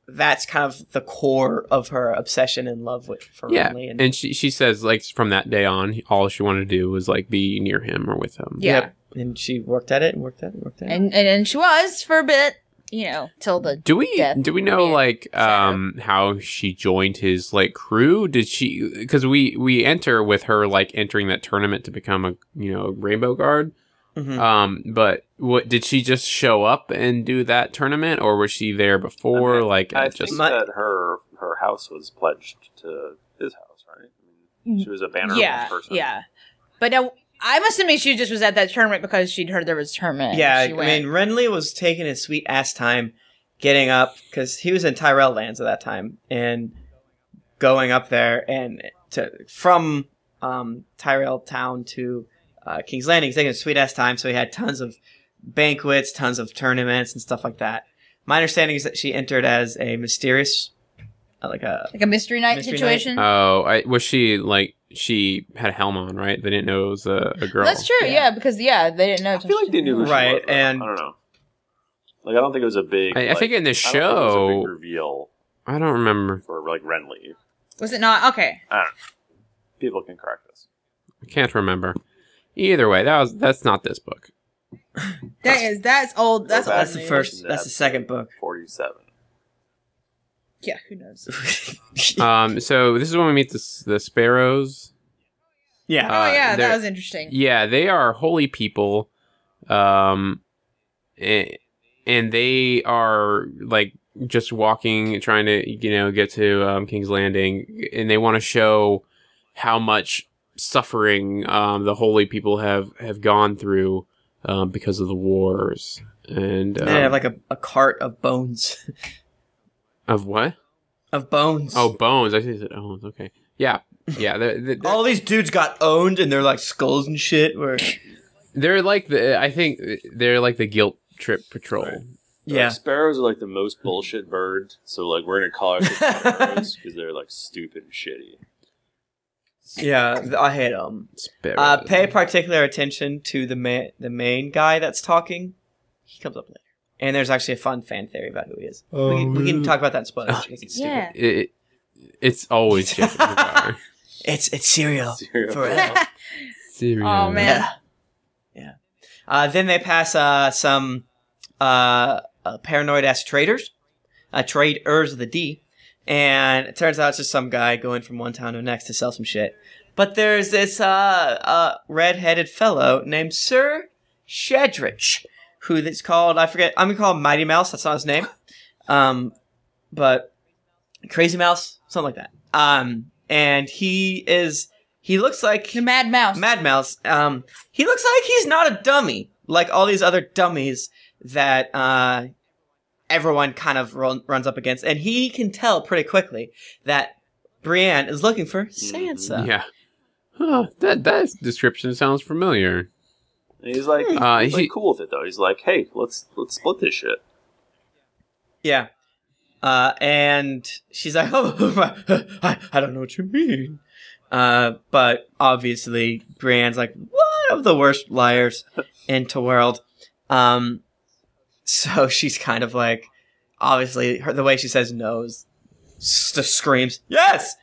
that's kind of the core of her obsession and love with for Yeah, Renly. and she she says like from that day on, all she wanted to do was like be near him or with him. yeah, Yep. and she worked at it and worked at it and worked at it. and and and she was for a bit, you know, till the Do we Death. do we know Yeah. like um how she joined his like crew? Did she because we we enter with her like entering that tournament to become a you know rainbow guard? Mhm. Um, but what did she just show up and do that tournament, or was she there before? Okay. Like I it just think My- that her her house was pledged to his house, right? I mean, she was a banner yeah, person. yeah. But now I must admit, she just was at that tournament because she'd heard there was a tournament. and Yeah, she I mean, Renly was taking his sweet ass time getting up because he was in Tyrell lands at that time and going up there and to from um, Tyrell town to uh, King's Landing. He's taking his sweet ass time, so he had tons of banquets, tons of tournaments, and stuff like that. My understanding is that she entered as a mysterious, uh, like a like a mystery night Mystery night. situation. oh, I, was she like she had a helm on right? They didn't know it was a, a girl. That's true. Yeah. Yeah. because yeah, they didn't know. I feel like they knew who she Right, was, though. and- I don't know. Like I don't think it was a big. I, I like- think in the I don't think it was a show, big reveal I don't remember. for like Renly. Was it not okay? People can correct us. I can't remember. Either way, that was that's not this book. That is that's old. That's Go old. back That's the and news. first- listen to that's the second book. Forty-seven. Yeah, who knows? um, so this is when we meet the s- the sparrows. yeah. Uh, oh yeah, there- that was interesting. Yeah, they are holy people, um, and, and they are like just walking, trying to you know get to um, King's Landing, and they want to show how much suffering um, the holy people have have gone through um, because of the wars and And they have um, like a, a cart of bones, of what? of bones. Oh, bones. Oh. I think it said bones. Okay, yeah, yeah. they're- they're- they're- all these dudes got owned and they're like skulls and shit. Where They're like the. I think they're like the guilt trip patrol. Right. yeah, Like, sparrows are like the most bullshit bird. So like we're gonna call ourselves sparrows because they're like stupid and shitty. yeah, th- I hate them. Sparrow. Uh, pay particular attention to the ma- the main guy that's talking. He comes up later, and there's actually a fun fan theory about who he is. we, can, we can talk about that in spoilers. because it's stupid. Yeah. It, it's always Jeffrey Dahmer. It's it's cereal Serial forever. Serious. oh man. yeah. Uh, then they pass uh, some uh, uh, paranoid ass traders, uh, traders with a D, and it turns out it's just some guy going from one town to the next to sell some shit. But there's this uh, uh, red-headed fellow named Sir Shedrich, who is called I forget. I'm gonna call him Mighty Mouse. That's not his name, um, but Crazy Mouse, something like that. Um, and he is he looks like The Mad Mouse. Mad Mouse. Um, he looks like he's not a dummy, like all these other dummies that uh, everyone kind of run, runs up against, and he can tell pretty quickly that Brienne is looking for Sansa. Yeah. Huh, that that description sounds familiar. And he's like, Uh, he's like he- cool with it though. He's like, hey, let's let's split this shit. Yeah. Uh, and she's like, oh, I, I don't know what you mean. Uh, but obviously, Brienne's like one of the worst liars in the world. Um, so she's kind of like, obviously, her, the way she says no is just screams, yes!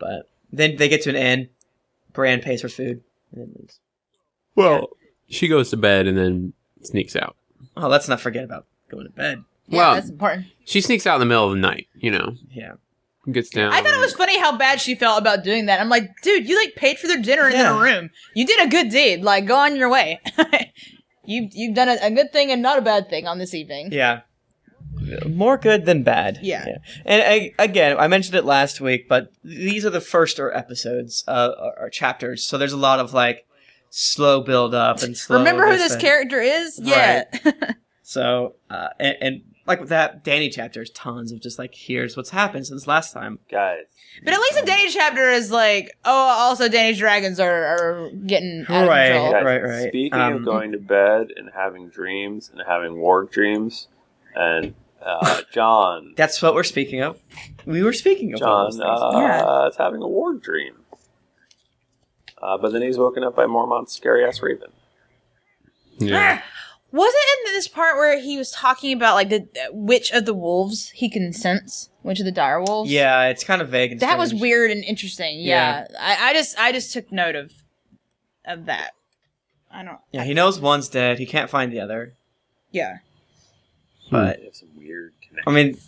But Then they get to an inn. Bran pays for food and then leaves. Well, she goes to bed and then sneaks out. Oh, let's not forget about going to bed. Yeah, Well- that's important. She sneaks out in the middle of the night, you know, Yeah. gets um, down. I thought it was funny how bad she felt about doing that. I'm like, dude, you like paid for their dinner and then a Yeah. room. You did a good deed. Like, go on your way. you you've done a, a good thing and not a bad thing on this evening. Yeah. More good than bad. Yeah. And I, again, I mentioned it last week, but these are the first or episodes uh, or, or chapters. So there's a lot of like slow build up and slow. Remember who this thing. character is? Yeah. So, uh, and, and like with that Danny chapter, there's tons of just like, here's what's happened since last time. Guys, but at least a Danny chapter is like, oh, also Danny's dragons are, are getting out of Right. control. guys, right, right. Speaking Um, of going to bed and having dreams and having warg dreams, and uh, John, That's what we're speaking of. We were speaking of all those John things. uh, Yeah. is having a warg dream. Uh, but then he's woken up by Mormont's scary ass raven. Yeah. Wasn't Ah! in this part where he was talking about like the which of the wolves he can sense, which of the dire wolves? yeah, it's kind of vague. And That was strange. weird and interesting. Yeah. I, I just I just took note of of that. I don't Yeah, he knows one's dead. He can't find the other. yeah. But Oh, They have some weird connection. I mean,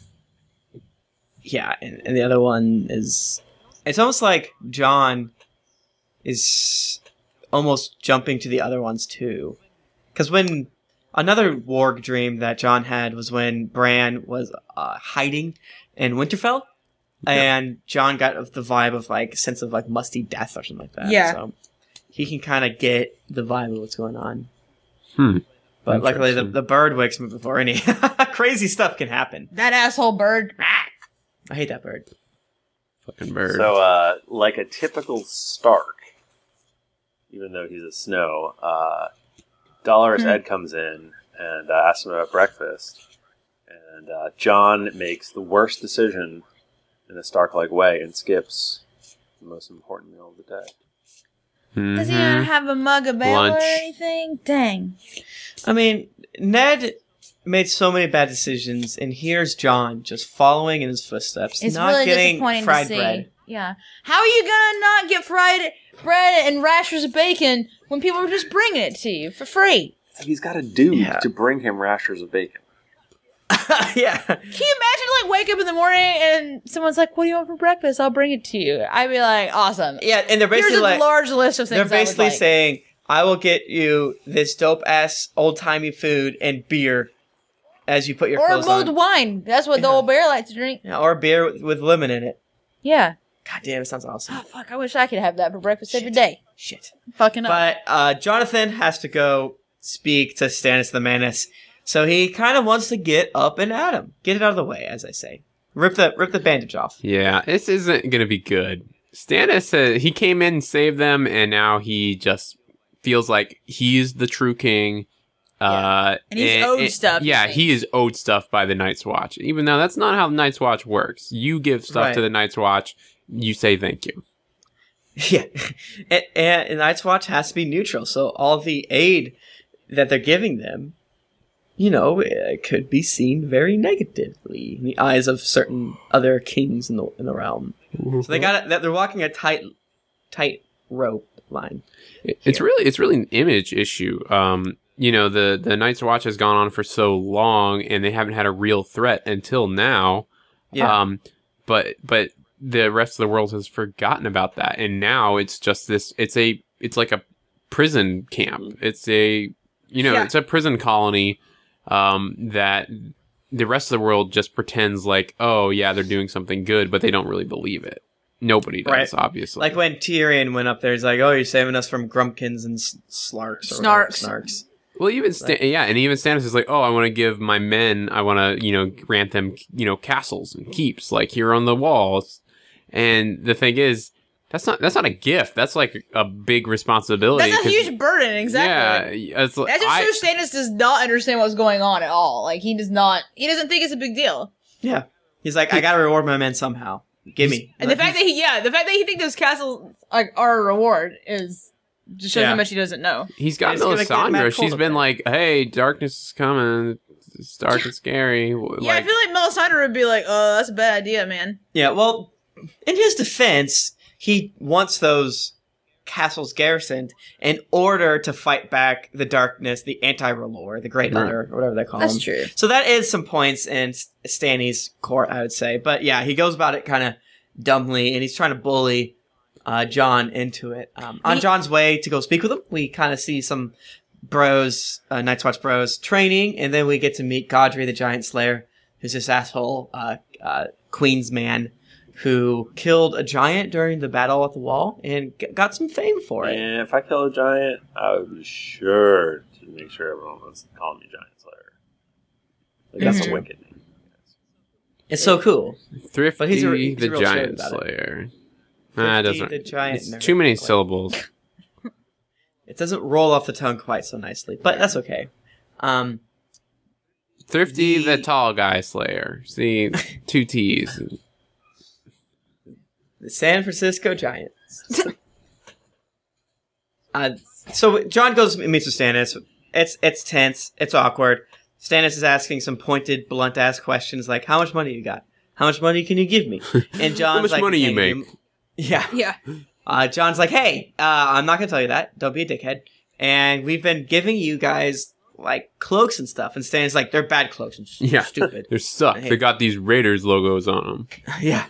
yeah, and, and the other one is. It's almost like John is almost jumping to the other ones too. Because when. Another warg dream that John had was when Bran was uh, hiding in Winterfell. And John got of the vibe of like sense of like musty death or something like that. Yeah. So he can kind of get the vibe of what's going on. Hmm. But luckily the, Interesting. the bird wakes me before any crazy stuff can happen. That asshole bird. I hate that bird. Fucking bird. So, uh, like a typical Stark, even though he's a Snow, uh, Dolores Hmm. Ed comes in and uh, asks him about breakfast, and uh, John makes the worst decision in a Stark-like way and skips the most important meal of the day. Mm-hmm. Does he uh, even have a mug of ale or Lunch. anything? Dang. I mean, Ned made so many bad decisions, and here's John just following in his footsteps, It's not really getting disappointing fried to see. bread. Yeah. How are you gonna not get fried bread and rashers of bacon when people are just bringing it to you for free? It's like he's got a dude Yeah. to bring him rashers of bacon. yeah, Can you imagine like wake up in the morning and someone's like, "What do you want for breakfast? I'll bring it to you." I'd be like, "Awesome." yeah, and they're basically Here's a like large list of things. they're basically I would like. saying, "I will get you this dope ass old timey food and beer as you put your or clothes mulled on, wine. That's what the Yeah. old bear likes to drink. yeah, or beer with, with lemon in it." Yeah. God damn, it sounds awesome. Oh fuck! I wish I could have that for breakfast every day. Shit. Fucking up. But uh, Jonathan has to go speak to Stannis the Manus, so he kind of wants to get up and at him, get it out of the way, as I say. Rip the rip the bandage off. Yeah, this isn't gonna be good. Stannis, uh, he came in, saved them, and now he just feels like he's the true king. Uh, And he's owed stuff, Yeah, I think. he is owed stuff by the Night's Watch. Even though that's not how the Night's Watch works. You give stuff Right. to the Night's Watch, you say thank you. yeah, and, and, and Night's Watch has to be neutral, so all the aid that they're giving them, you know, it could be seen very negatively in the eyes of certain other kings in the in the realm. So they got that they're walking a tight tight rope line. It's really it's really an image issue. Um, you know, the the Night's Watch has gone on for so long and they haven't had a real threat until now. Yeah. Um but but the rest of the world has forgotten about that and now it's just this it's a it's like a prison camp. It's a you know, Yeah. it's a prison colony um that the rest of the world just pretends like, oh yeah, they're doing something good, but they don't really believe it. Nobody does, Right. obviously. Like when Tyrion went up there, he's like, "Oh, you're saving us from Grumpkins and s- Slarks." Or whatever, Snarks. Snarks. Well, even Stan- yeah, and even Stannis is like, oh, I want to give my men, I want to you know grant them you know castles and keeps like here on the walls, and the thing is, that's not that's not a gift. That's like a big responsibility. That's a 'cause- huge burden. Exactly. Yeah, it's like, That just I- shows Stannis does not understand what's going on at all. Like he does not. He doesn't think it's a big deal. Yeah, he's like, "I gotta reward my men somehow. Give me." And the fact that he, yeah, the fact that he thinks those castles like are a reward is just shows Yeah. how much he doesn't know. he's got It's gonna get him out Melisandre. cold She's up been there. like, hey, darkness is coming. It's dark and scary. Like, yeah, I feel like Melisandre would be like, "Oh, that's a bad idea, man." yeah, well, in his defense, he wants those castles garrisoned in order to fight back the darkness, the anti-relore, the great Right. other, whatever they call That's him. true. So that is some points in S- Stanny's court, I would say. But yeah, he goes about it kind of dumbly, and he's trying to bully uh, John into it. Um, on We- John's way to go speak with him, we kind of see some bros, uh, Night's Watch bros, training, and then we get to meet Godfrey the Giant Slayer, who's this asshole uh, uh, Queen's man who killed a giant during the battle at the wall and g- got some fame for it. And if I kill a giant, I would be sure to make sure everyone wants to call me Giant Slayer. Like that's Mhm. a wicked name. It's so cool. Thrifty he's a- he's a the real Giant shit about it. Slayer. Ah, it Fifty doesn't. the giant it's nerd. too many Like- syllables. It doesn't roll off the tongue quite so nicely, but that's okay. Um, Thrifty the, The- tall guy Slayer. See, two T's. the San Francisco Giants. uh, so John goes and meets with Stannis. It's it's tense. It's awkward. Stannis is asking some pointed, blunt ass questions like, "How much money you got? How much money can you give me?" And John's much like, money you "Hey, Yeah. Yeah. Uh, John's like, hey, uh, I'm not going to tell you that. Don't be a dickhead. And we've been giving you guys, like, cloaks and stuff. And Stan's like, they're bad cloaks and s- Yeah. stupid. They're suck. They got these Raiders logos on them. yeah.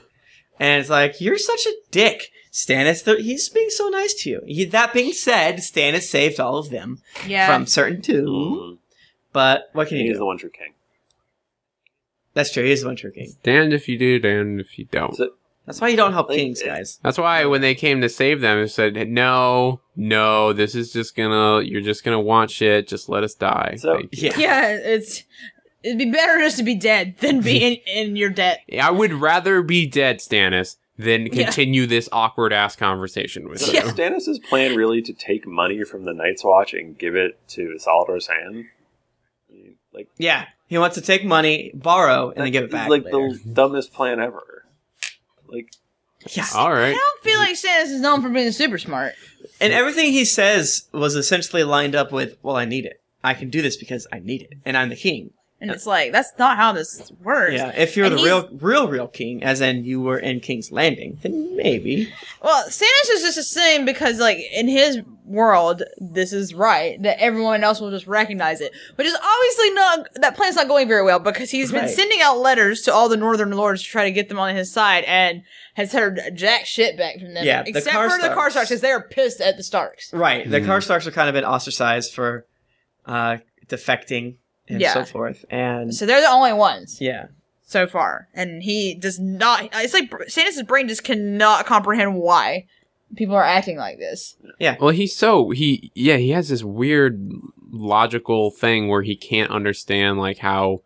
And it's like, you're such a dick, Stannis. They're- He's being so nice to you. He, that being said, Stannis saved all of them Yeah. from certain two. Mhm. But what can you He's do? the one true king. That's true. He is the one true king. Damned if you do, damned if you don't. So- That's why you don't help Like, kings, it- guys. That's why when they came to save them, it said, "No, no, this is just gonna. You're just gonna want shit. Just let us die." So- Thank you. Yeah. yeah. It's it'd be better just to be dead than be in, in your debt. I would rather be dead, Stannis, than Yeah. continue this awkward ass conversation with So you. is Stannis' plan really to take money from the Night's Watch and give it to Salvador's hand? I mean, like Yeah. He wants to take money, borrow, and then give it is, back. Like later. the dumbest plan ever. Like yeah. All I right. don't feel like Stannis is known for being super smart. And everything he says was essentially lined up with, well, I need it. I can do this because I need it, and I'm the king. And it's like that's not how this works. Yeah, if you're And the real, real, real king, as in you were in King's Landing, then maybe. Well, Stannis is just assumed because, like, in his world, this is right that everyone else will just recognize it, which is obviously not that plan's not going very well because he's been Right. sending out letters to all the Northern lords to try to get them on his side and has heard jack shit back from them. Yeah, the except for the Karstarks. Karstarks because they are pissed at the Starks. Right, the Mhm. Karstarks have kind of been ostracized for uh, defecting and Yeah. so forth, and So they're the only ones yeah, so far, and he does not. It's like Stannis's brain just cannot comprehend why people are acting like this. Well, he's so he yeah he has this weird logical thing where he can't understand like how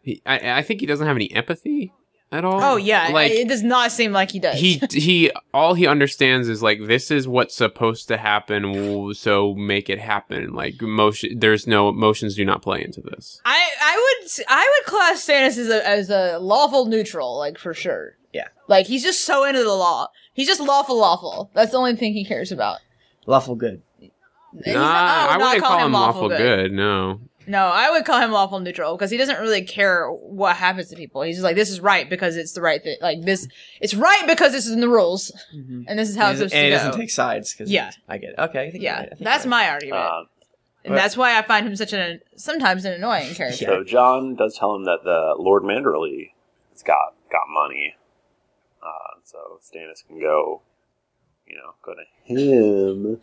he I, I think he doesn't have any empathy at all. Oh yeah, like it does not seem like he does. he he all he understands is like this is what's supposed to happen, w- so make it happen. Like emotion, there's no emotions do not play into this. I I would I would class Stannis as a as a lawful neutral, like for sure. Yeah. Like he's just so into the law. He's just lawful lawful. That's the only thing he cares about. lawful good. He's "Oh, Nah, not- I I would not wouldn't call him lawful good. No, No, I would call him lawful neutral because he doesn't really care what happens to people. He's just like, this is right because it's the right thing. Like this, it's right because this is in the rules, and this is Mm-hmm. how And, and it's supposed he to doesn't go. take sides because Yeah. I get it. okay. I think yeah, I think that's I- my argument, uh, and that's why I find him such an sometimes an annoying character. so John does tell him that the Lord Manderly has got got money. Uh, so Stannis can go you know, go to him.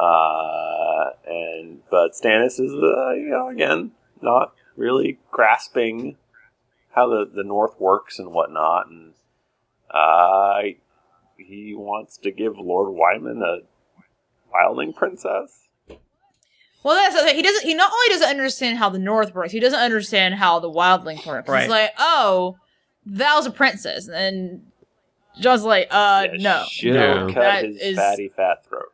Uh, and but Stannis is uh, you know, again, not really grasping how the, the North works and whatnot and uh he wants to give Lord Wyman a wilding princess. Well, that's the thing. he doesn't. He not only doesn't understand how the North works, he doesn't understand how the Wildling works. Right. He's like, oh, Val's a princess, and John's like, uh, Yeah, no, She'll No. cut That his is- fatty fat throat.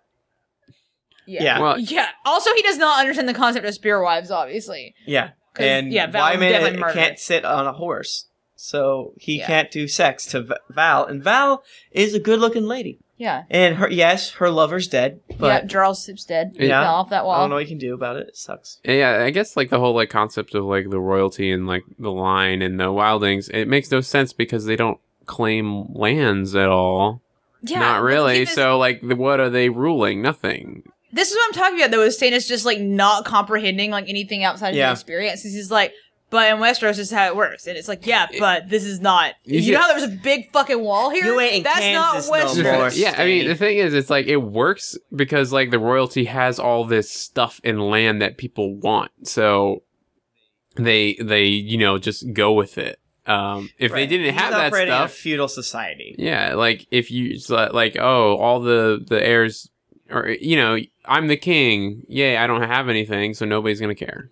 yeah. Yeah. yeah. well, Also, he does not understand the concept of spear wives, obviously. yeah, 'Cause, and yeah, Val Wyman definitely murdered. can't sit on a horse, so he Yeah. can't do sex to V- Val, and Val is a good-looking lady. Yeah. And her, yes, her lover's dead, yeah. but Charles Sips dead. Yeah. Fell off that I wall. don't know what you can do about it. It sucks. Yeah, I guess like the whole like concept of like the royalty and like the line and the wildings, it makes no sense because they don't claim lands at all. Yeah, Not but really. he just- So, like, the- what are they ruling? Nothing. this is what I'm talking about though. Is Stannis just like not comprehending like anything outside of Yeah. his experience? He's just like, but in Westeros, this is how it works, and it's like, yeah, but this is not. You You, should- know how there's a big fucking wall here. You ain't in That's Kansas not no The more. Westeros. fa- yeah, I mean, state. the thing is, it's like it works because like the royalty has all this stuff and land that people want, so they they you know just go with it. Um, if Right. they didn't He's have that operating in a stuff, feudal society. yeah, like if you it's li- like oh all the the heirs or you know I'm the king, yay! I don't have anything, so nobody's gonna care.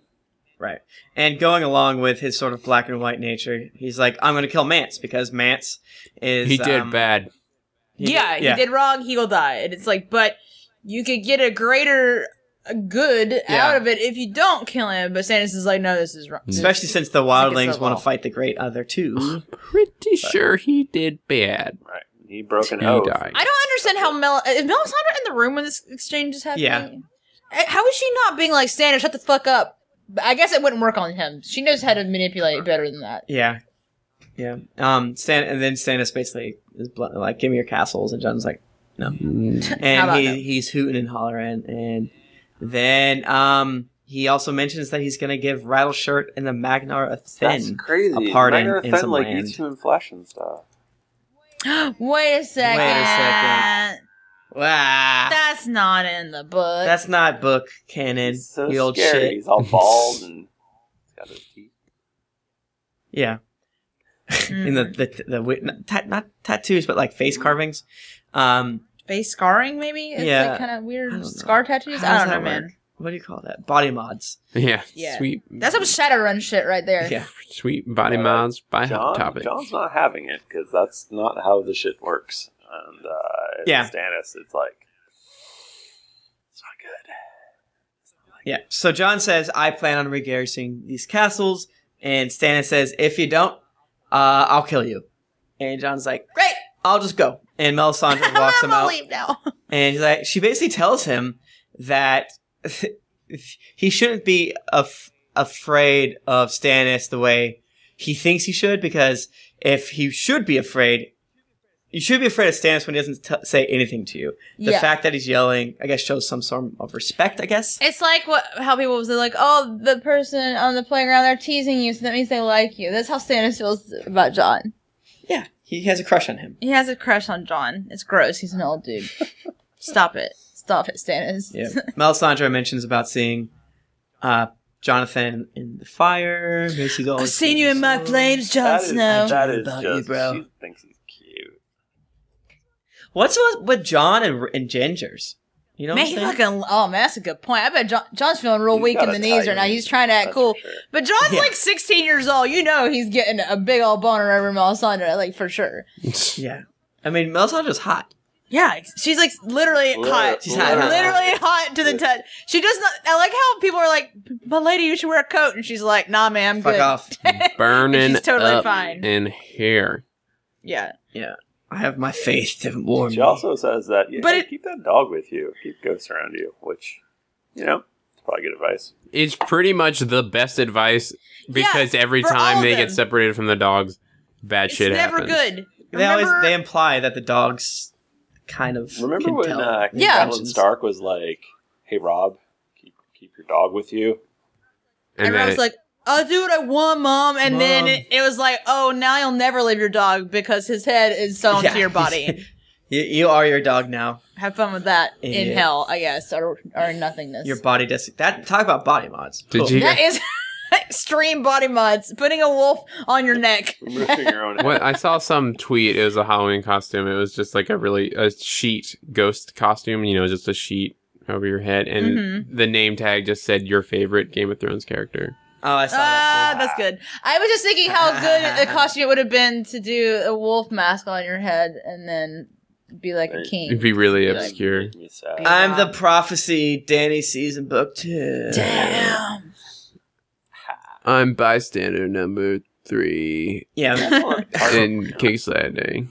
Right. And going along with his sort of black and white nature, he's like, I'm going to kill Mance because Mance is. he did um, bad. he- yeah, he did wrong. He will die, and it's like, but you could get a greater good Yeah. out of it if you don't kill him. But Stannis is like, no, this is wrong. Especially since the like it's wildlings a want law. to fight the great other two. Pretty sure he did bad. Right. He broke an He oath. died. I don't understand how Mel uh, is Melisandre in the room when this exchange is happening. Yeah. Uh, How is she not being like Stannis? Shut the fuck up. But I guess it wouldn't work on him. She knows how to manipulate better than that. yeah. Yeah. Um, Stan- and then Stannis basically is blunt, like, give me your castles. And John's like, How and about he, no? he's hooting and hollering. And then um, he also mentions that he's going to give Rattleshirt and the Magnar a That's thin. crazy. a pardon Minor and Fen, some like land. eats human flesh and stuff. Wait a second. Uh, second. Wow. That's not in the book. That's not book canon. He's so you old scary. shit. He's all bald and he's got his teeth. Yeah. Hmm. in the the, the, wi- not, ta- not tattoos, but like face carvings. Um, face scarring. Maybe it's Yeah. like kind of I don't weird know. scar tattoos. How I does don't know, that work? man. what do you call that? Body mods. Yeah, Yeah. sweet. That's some Shadowrun shit right there. Yeah. sweet body Uh, mods by John, hot topic. John's not having it because that's not how the shit works. And uh, Yeah. Stannis, it's like it's not good. Yeah. So John says, "I plan on regarrising these castles," and Stannis says, "If you don't, uh, I'll kill you." And John's like, Great. "I'll just go." And Melisandre walks I'm him gonna out, leave now. and he's like, she basically tells him that he shouldn't be af- afraid of Stannis the way he thinks he should, because if he should be afraid, you should be afraid of Stannis when he doesn't t- say anything to you. The yeah. fact that he's yelling, I guess, shows some sort of respect. I guess. It's like what how people was like, oh, the person on the playground they're teasing you, so that means they like you. That's how Stannis feels about John. Yeah, he has a crush on him. He has a crush on John. It's gross. He's an old dude. Stop it. Stop it, Stannis. Yeah. Melisandre mentions about seeing uh, Jonathan in the fire. Macy's all. Jon That is- John that is about you, just bro. she thinks he's cute. What's with, with John and, and Gingers? You know, Man, what he I'm saying? fucking. Oh, man, that's a good point. I bet John, John's feeling real He's weak got in a the knees tiger. right now. He's trying to act That's cool, for sure. but John's Yeah. like 16 years old. You know he's getting a big old boner over Melisandre, like for sure. Yeah. I mean, Melisandre's hot. Yeah, she's like literally Literally- hot. She's hot. literally hot to the Yeah. touch. She does not. I like how people are like, "But lady, you should wear a coat," and she's like, "Nah, man, I'm Fuck good." off. Burning She's totally up fine. in here. Yeah, I have my faith to warm She me. also says that yeah, But hey, it- keep that dog with you, keep ghosts around you, which you know it's probably good advice. It's pretty much the best advice because every for time all they of get them. separated from the dogs, bad it's shit never happens. good. They always Remember- they imply that the dogs kind of Remember can when tell uh, their Yeah. Catelyn intentions. Stark was like, "Hey Rob, keep keep your dog with you." And, and then I was it- like, "I'll do what I want, mom," and then Mom. it, it was like, "Oh, now you'll never leave your dog because his head is sewn Yeah. to your body." you, you are your dog now. Have fun with that Yeah. in hell, I guess, or or in nothingness. Your body does that. Talk about body mods. Did you- that is extreme body mods. Putting a wolf on your neck. Removing your own. what I saw some tweet. It was a Halloween costume. It was just like a really a sheet ghost costume. You know, just a sheet over your head, and the name tag just said your favorite Game of Thrones character. Oh, I saw Ah, that. that's good. I was just thinking how good a costume it would have been to do a wolf mask on your head and then be like a It'd king. be really Like- obscure. Make me sad. Ah. I'm the prophecy. Danny season book two. Damn. I'm bystander number three Yeah, Oh Excellent. in King's Landing.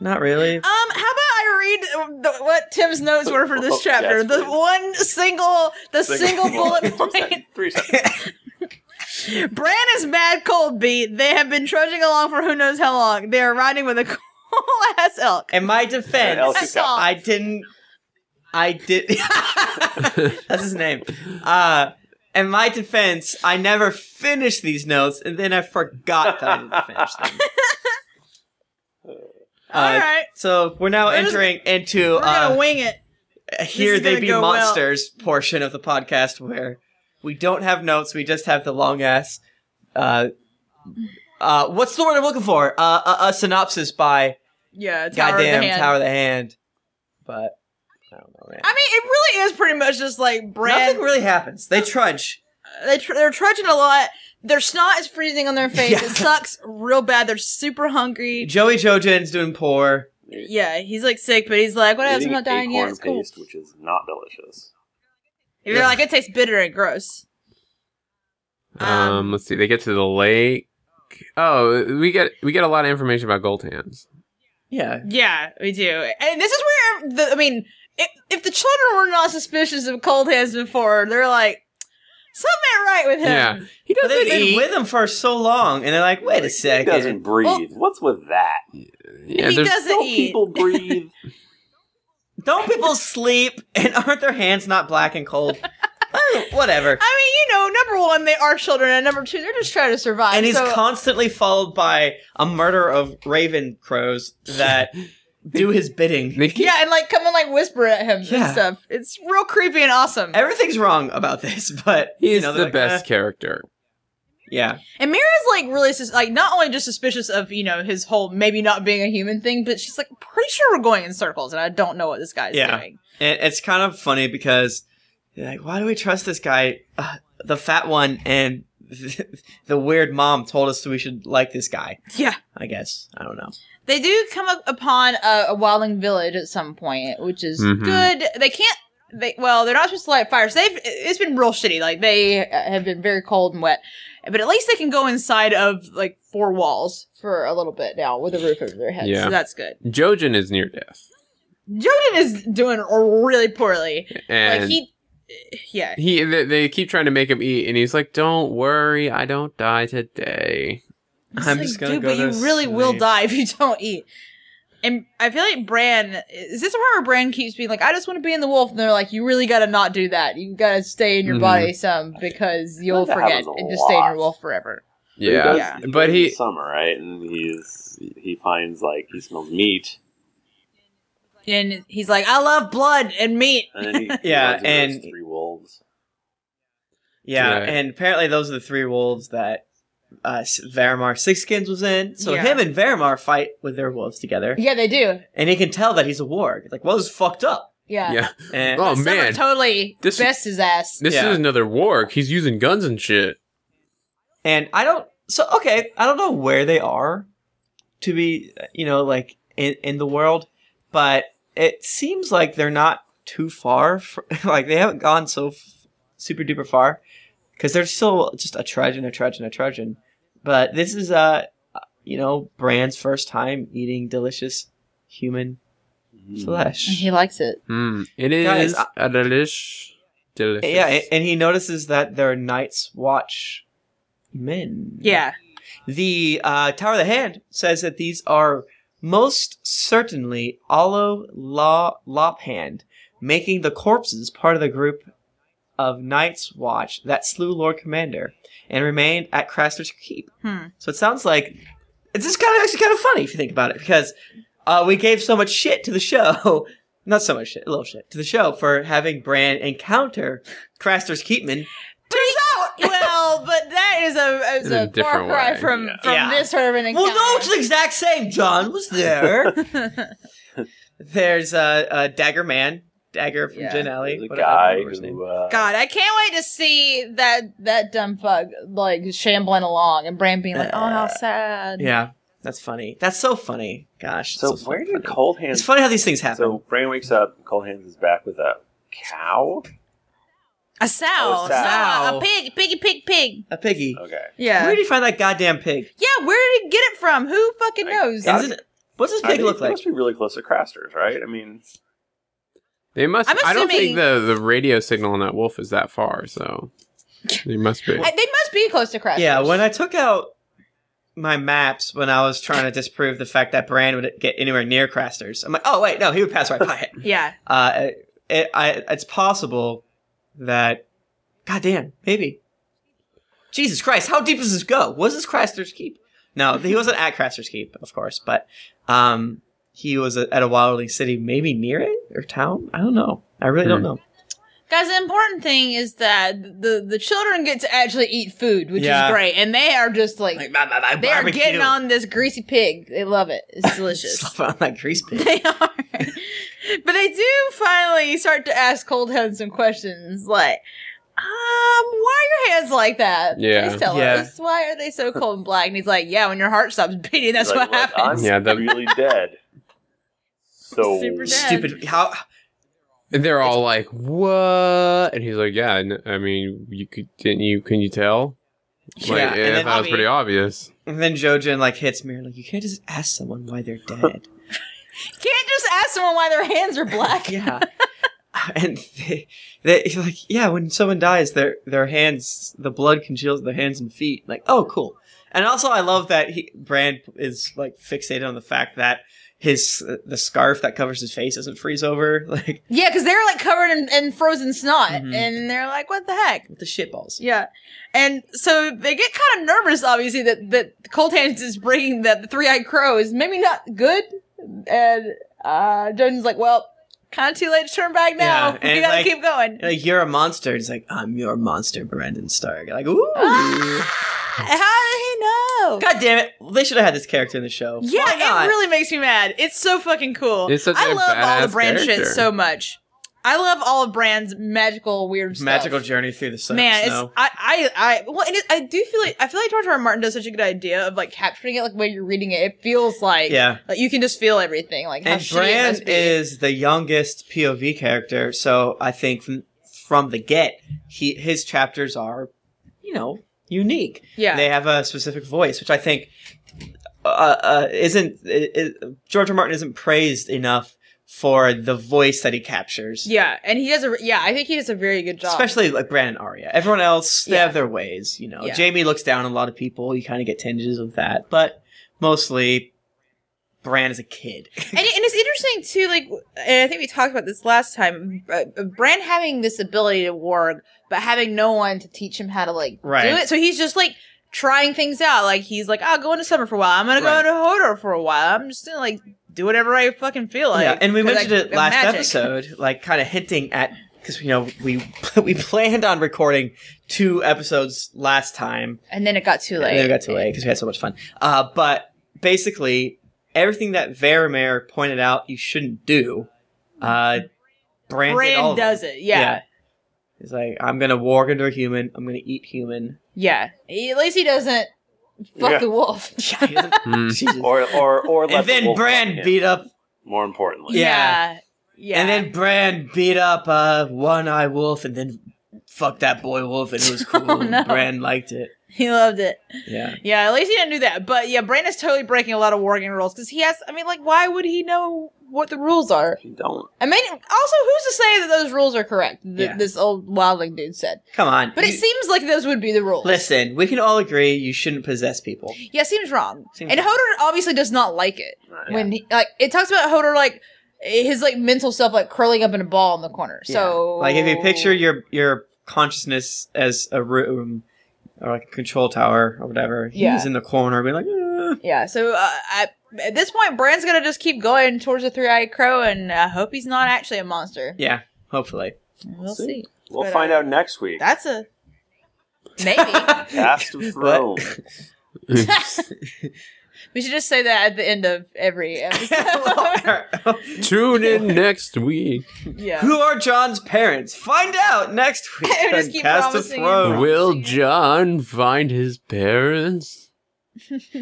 not really. Um, how about I read the, what Tim's notes were for this Oh, Yes, chapter? the please. one single, the single, bullet Two point. seconds, Three seconds. Bran is mad cold beat. They have been trudging along for who knows how long. They are riding with a cold whole ass elk. In my Yeah, elk defense, is elk. I didn't. I did. That's his name. Uh, in my defense, I never finished these notes, and then I forgot that I didn't finish them. All Uh, right, So we're now We're just- entering into we're gonna uh, wing it. here is they gonna be go well. monsters portion of the podcast where we don't have notes, we just have the long ass. Uh, uh, what's the word I'm looking for? Uh, a, a synopsis by Yeah, Tower of the goddamn Hand. Tower of the Hand. But I don't know, man. I mean, it really is pretty much just like bread. Nothing really happens. They trudge. they tr- they're trudging a lot. Their snot is freezing on their face. Yeah. It sucks real bad. They're super hungry. Joey Jojen's doing poor. Yeah, he's like sick, but he's like, whatever, I'm Eating not dying yet. acorn It's cool. paste, which is not delicious. If You're Yeah. like, it tastes bitter and gross. Um, Um, let's see. They get to the lake. Oh, we get we get a lot of information about gold hands. Yeah. Yeah, we do. And this is where the, I mean, if, if the children were not suspicious of Cold Hands before, they're like, something ain't right with Yeah. him. He But doesn't they've been eat. with him for so long, and they're like, wait a He doesn't second. breathe. What's with that? yeah, he there's- doesn't Don't Oh. eat. people breathe? Don't people sleep? And aren't their hands not black and cold? Uh, Whatever. I mean, you know, number one, they are children, and number two, they're just trying to survive. And he's so- constantly followed by a murder of raven crows that do his bidding. They keep- yeah, and like come and like whisper at him Yeah. and stuff. It's real creepy and awesome. Everything's wrong about this, but He's you know, the they're like, best "Uh, character. yeah. And Mira's like really sus- like not only just suspicious of you know his whole maybe not being a human thing, but she's like pretty sure we're going in circles, and I don't know what this guy's Yeah. doing. It, it's kind of funny because you're like, why do we trust this guy? Uh, the fat one and the weird mom told us we should like this guy. Yeah, I guess I don't know. they do come up upon a, a wildling village at some point, which is Mhm. good. They can't. They well, they're not supposed to light fires. They've it's been real shitty. Like they uh, have been very cold and wet, but at least they can go inside of like four walls for a little bit now with a roof over their heads. Yeah. So that's good. Jojen is near death, Jordan is doing really poorly. and like he, he, yeah. they, they keep trying to make him eat, and he's like, "Don't worry, I don't die today." I'm It's just gonna like, dude, go but to you really will sleep. die if you don't eat. And I feel like Bran is this part where Bran keeps being like, "I just want to be in the wolf," and they're like, "You really got to not do that. You got to stay in your Mhm. body some because you'll That forget happens a and just stay in your lot. wolf forever." Yeah, does- Yeah. does But in he- the summer, right? And he's he finds like he smells meat, And he's like, "I love blood and meat." and then he he Yeah, runs into those and- three wolves. Yeah, Right. and apparently those are the three wolves that uh, S- Varamar Sixskins was in. So Yeah. him and Varamar fight with their wolves together, Yeah, they do. and he can tell that he's a warg. Like, well, this is fucked up. Yeah. yeah. And Oh Summer man, totally This- best his ass. this Yeah. is another warg. He's using guns and shit. and I don't. So okay, I don't know where they are to be. You know, like in in the world, but it seems like they're not too far. fr like they haven't gone so f- super duper far because they're still just a trudge and a trudge and a trudge. and- But this is uh, you know, Brand's first time eating delicious human Mm. flesh. He likes it. Hmm. It is Guys, I- a delish, delicious. Yeah, a- and he notices that they're Night's Watch men. Yeah. The uh, Tower of the Hand says that these are most certainly Olo La Lophand, making the corpses part of the group of Night's Watch that slew Lord Commander and remained at Craster's Keep. Hmm. So it sounds like it's just kind of actually kind of funny if you think about it because uh, we gave so much shit to the show. Not so much shit, a little shit to the show for having Bran encounter Craster's Keepman. Turns out, well, but that is a, is In a a far different cry way, from yeah. from Yeah. this sort of an encounter. well, no, it's the exact same. John was there. There's uh, uh, Dagger Man, Dagger from Yeah. Gen Alley. There's a what- I guy don't remember his name. who uh, God, I can't wait to see that that dumb fuck like shambling along and Bran being like, "Oh, how sad." Yeah, that's funny. That's so funny. Gosh. it's So so where funny. did Cold It's Hands? funny how these things happen. So Brain wakes up. Cold Hands is back with a cow. A sow, Oh, a sow. sow, a pig, piggy, pig, pig. a piggy. Okay, Yeah, Where did he find that goddamn pig? yeah. Where did he get it from? Who fucking I- knows? God. Is it, what's this I pig mean, look It like? must be really close to Craster's, right? I mean, They must. I'm I don't assuming- think the the radio signal on that wolf is that far, so they must be. I- they must be close to Crash. Yeah, when I took out my maps when I was trying to disprove the fact that Bran would get anywhere near Craster's. I'm like, oh wait, no, he would pass right by it. Yeah. Uh, it, it I, it's possible that, goddamn, maybe. Jesus Christ, how deep does this go? Was this Craster's keep? No, he wasn't at Craster's keep, of course, but um, he was at a wildling city, maybe near it or town. I don't know. I really don't Hmm. know. Guys, the important thing is that the the children get to actually eat food, which Yeah. is great, and they are just like, my, my, my they are getting on this greasy pig. They love it. It's delicious. Slap on that grease pig. they are, but they do finally start to ask Coldhead some questions, like, um, why are your hands like that? Yeah. Please tell Yeah. us why are they so cold and black? And he's like, yeah, when your heart stops beating, that's Like, what look, happens. I'm Yeah, that- really dead. So Super dead. Stupid. How And they're all like, "What?" And he's like, "Yeah, n- I mean, you could didn't you? Can you tell?" Like, Yeah, and I then- thought it was pretty obvious. And then Jojen like hits me like you can't just ask someone why they're dead. Can't just ask someone why their hands are black. yeah. And they, they he's like yeah, when someone dies, their their hands, the blood congeals their hands and feet. Like oh cool. And also I love that he, Brand is like fixated on the fact that his the scarf that covers his face doesn't freeze over. Like Yeah, because they're like covered in, in frozen snot, Mhm. and they're like, "What the heck?" the shit balls. Yeah, and so they get kind of nervous, obviously, that that Cold Hands is bringing that the three eyed crow is maybe not good, and uh, Jordan's like, "Well, kind of too late to turn back now. Yeah, and we gotta like- keep going." Like you're a monster. He's like I'm your monster, Brandon Stark. Like ooh. Ah. How did he know? God damn it! Well, they should have had this character in the show. yeah, Why not? it really makes me mad. It's so fucking cool. It's such I a love all badass of Brand shit character. so much. I love all of Brand's magical weird stuff. magical journey through the sun. Man, snow. it's, I, I, I, well, and it, I do feel like I feel like George R. R. Martin does such a good idea of like capturing it, like when you're reading it, it feels like yeah. like you can just feel everything. Like how And shitty it Bran must be. is the youngest POV character, so I think from, from the get, he his chapters are, you know, unique. yeah, They have a specific voice, which I think uh, uh, isn't i i George R. R. Martin isn't praised enough for the voice that he captures. yeah, and he does a yeah. I think he does a very good job. Especially like Bran and Arya. Everyone else, they Yeah. have their ways, you know. Yeah. Jamie looks down on a lot of people. You kind of get tinges of that, but mostly, Bran is a kid. and, it- and it's interesting too. Like and I think we talked about this last time. Uh, Bran having this ability to warg, but having no one to teach him how to like do Right. it. So he's just like trying things out. Like he's like, I'll go into summer for a while. I'm gonna Right. go into Hodor for a while. I'm just gonna like do whatever I fucking feel like. yeah, and we 'Cause mentioned I- it I'm last magic. episode, like kind of hinting at because you know we we planned on recording two episodes last time, And then it got too late. and then we got too late because we had so much fun. Uh, but basically, everything that Varamir pointed out you shouldn't do, uh, Brand, did all Bran of them. does it. Yeah. He's like, I'm gonna warg into a human. I'm gonna eat human. Yeah. He- at least he doesn't fuck Yeah. the wolf. Yeah, he doesn't- Hmm. Jesus. Or or or let and the then wolf Brand walk in, beat up More importantly, Yeah. Yeah. Yeah. And then Bran beat up uh, One Eye Wolf and then fucked that boy Wolf, and it was cool. Oh, no. Bran liked it. he loved it. Yeah. Yeah, at least he didn't do that. But yeah, Bran is totally breaking a lot of wargaming rules because he has. I mean, like, why would he know what the rules are? You don't. I mean, also, who's to say that those rules are correct? Th- Yeah. This old wildling dude said. Come on. But it You- seems like those would be the rules. Listen, we can all agree you shouldn't possess people. Yeah, seems wrong. Seems and wrong. Hodor obviously does not like it. Right. when he, like it talks about Hodor like his like mental stuff like curling up in a ball in the corner. So Yeah. like, if you picture your your consciousness as a room or like a control tower or whatever, he's Yeah. in the corner being like, "Eh." yeah. So uh, I, at this point, Bran's gonna just keep going towards the three-eyed crow, and I hope he's not actually a monster. yeah, hopefully. We'll see. We'll But, find uh, out next week. That's a maybe. Cast of Thrones. we should just say that at the end of every episode. Tune in next week. yeah. Who are John's parents? Find out next week. Just on keep Cast of promising and Thrones. Will John find his parents?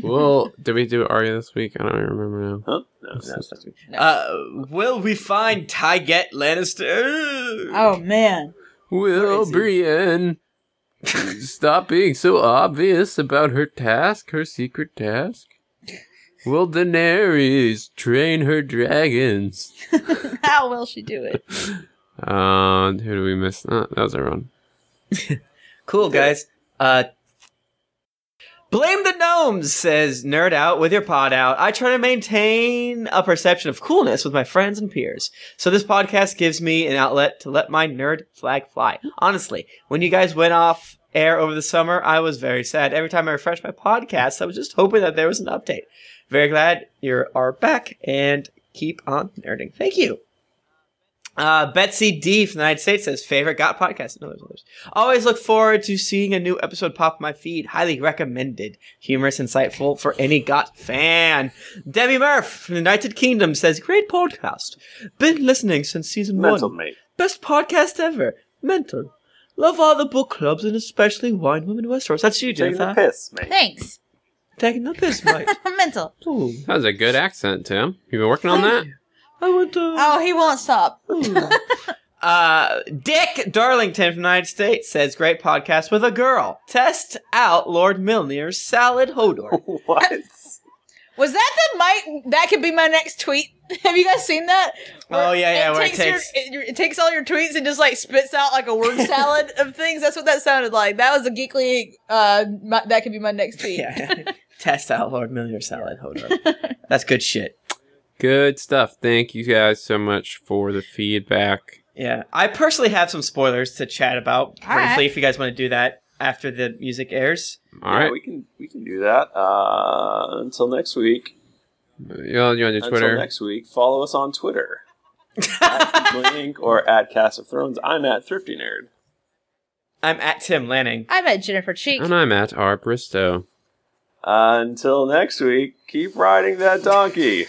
well, did we do Arya this week? I don't even remember now. Huh? No. No, it's not to be. Uh, will we find Tyget Lannister? Oh man. Will Where Brienne stop being so obvious about her task, her secret task? Will Daenerys train her dragons? How will she do it? Uh, who do we miss? Uh, that was everyone. Cool, guys. Uh, Blame the gnomes, says Nerd Out with your pod out. I try to maintain a perception of coolness with my friends and peers. So this podcast gives me an outlet to let my nerd flag fly. Honestly, when you guys went off air over the summer, I was very sad. Every time I refreshed my podcast, I was just hoping that there was an update. Very glad you are back and keep on nerding. Thank you. Uh, Betsy D from the United States says, favorite got podcast. No, there's others. Always look forward to seeing a new episode pop in my feed. Highly recommended. Humorous, insightful for any got fan. Debbie Murph from the United Kingdom says, great podcast. Been listening since season Mental one. mate. Best podcast ever. Mental. Love all the book clubs and especially Wine Women Westeros. That's you, Take the Jennifer. piss, mate. Thanks. Taking the piss, Mike. I'm mental. Ooh. That was a good accent, Tim. You been working on that? I want to. Oh, he won't stop. Uh, Dick Darlington from the United States says, "Great podcast with a girl. Test out Lord Milner's salad hodor." What? Was that the mic? That could be my next tweet. Have you guys seen that? Oh, yeah, yeah, where it your- takes- it your, it takes all your tweets and just like spits out like a word salad of things. That's what that sounded like. That was a geekly. Uh, my, that could be my next tweet. yeah, test out Lord Milner's salad hodor. That's good shit. Good stuff. Thank you guys so much for the feedback. Yeah, I personally have some spoilers to chat about briefly All right. if you guys want to do that after the music airs. All yeah, right. we can we can do that. Uh, until next week. you want to do Until Twitter? next week, follow us on Twitter at Blink or at Cast of Thrones. I'm at Thrifty Nerd. I'm at Tim Lanning. I met Jennifer Cheek. And I'm at R. Bristow. Uh, Until next week, keep riding that donkey.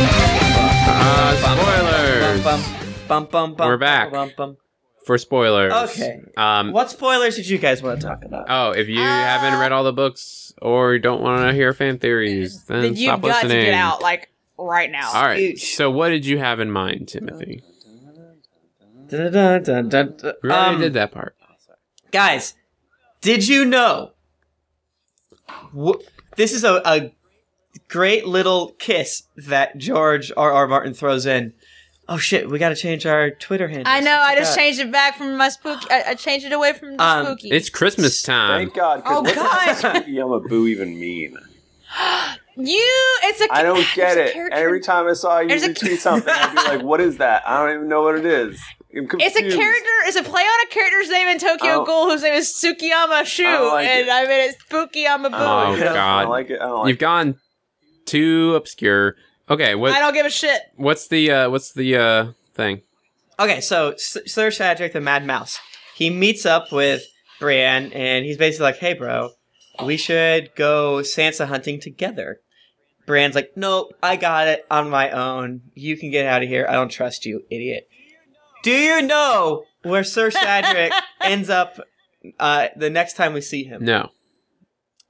Uh, spoilers! Bum, bum, bum, bum, We're back. Bum, bum. For spoilers. Okay. Um, What spoilers did you guys want to talk about? Oh, if you haven't read all the books or you don't want to hear fan theories, then, then you've stop got listening. to get out like right now. All right. Huge. So, what did you have in mind, Timothy? Dun, dun, dun, dun, dun. We already Um, did that part. Guys, did you know? Wh- this is a, a great little kiss that George R. R. Martin throws in. Oh shit, we gotta change our Twitter handle. I know. I just changed it back from my spooky. I, I changed it away from the Um, spooky. It's Christmas time. Thank God. 'cause Oh, what does God. Spooky Yama Boo even mean? you. It's a. I don't get there's a it. character- Every time I saw you There's a- tweet something, I'd be like, what is that? I don't even know what it is. I'm confused. It's a character. It's a play on a character's name in I Tokyo don't- Ghoul whose name is Tsukiyama Shu, I don't like and it. I mean it's Tsukiyama Boo. Oh, I don't God. like it. I don't like You've it. gone too obscure. Okay. I What? don't give a shit. What's the uh, what's the uh, thing? Okay, so S- Sir Shadrach the Mad Mouse, he meets up with Brienne, and he's basically like, "Hey, bro, we should go Sansa hunting together." Brienne's like, "Nope, I got it on my own. You can get out of here. I don't trust you, idiot." Do you know where Sir Shadrach ends up uh, the next time we see him? No.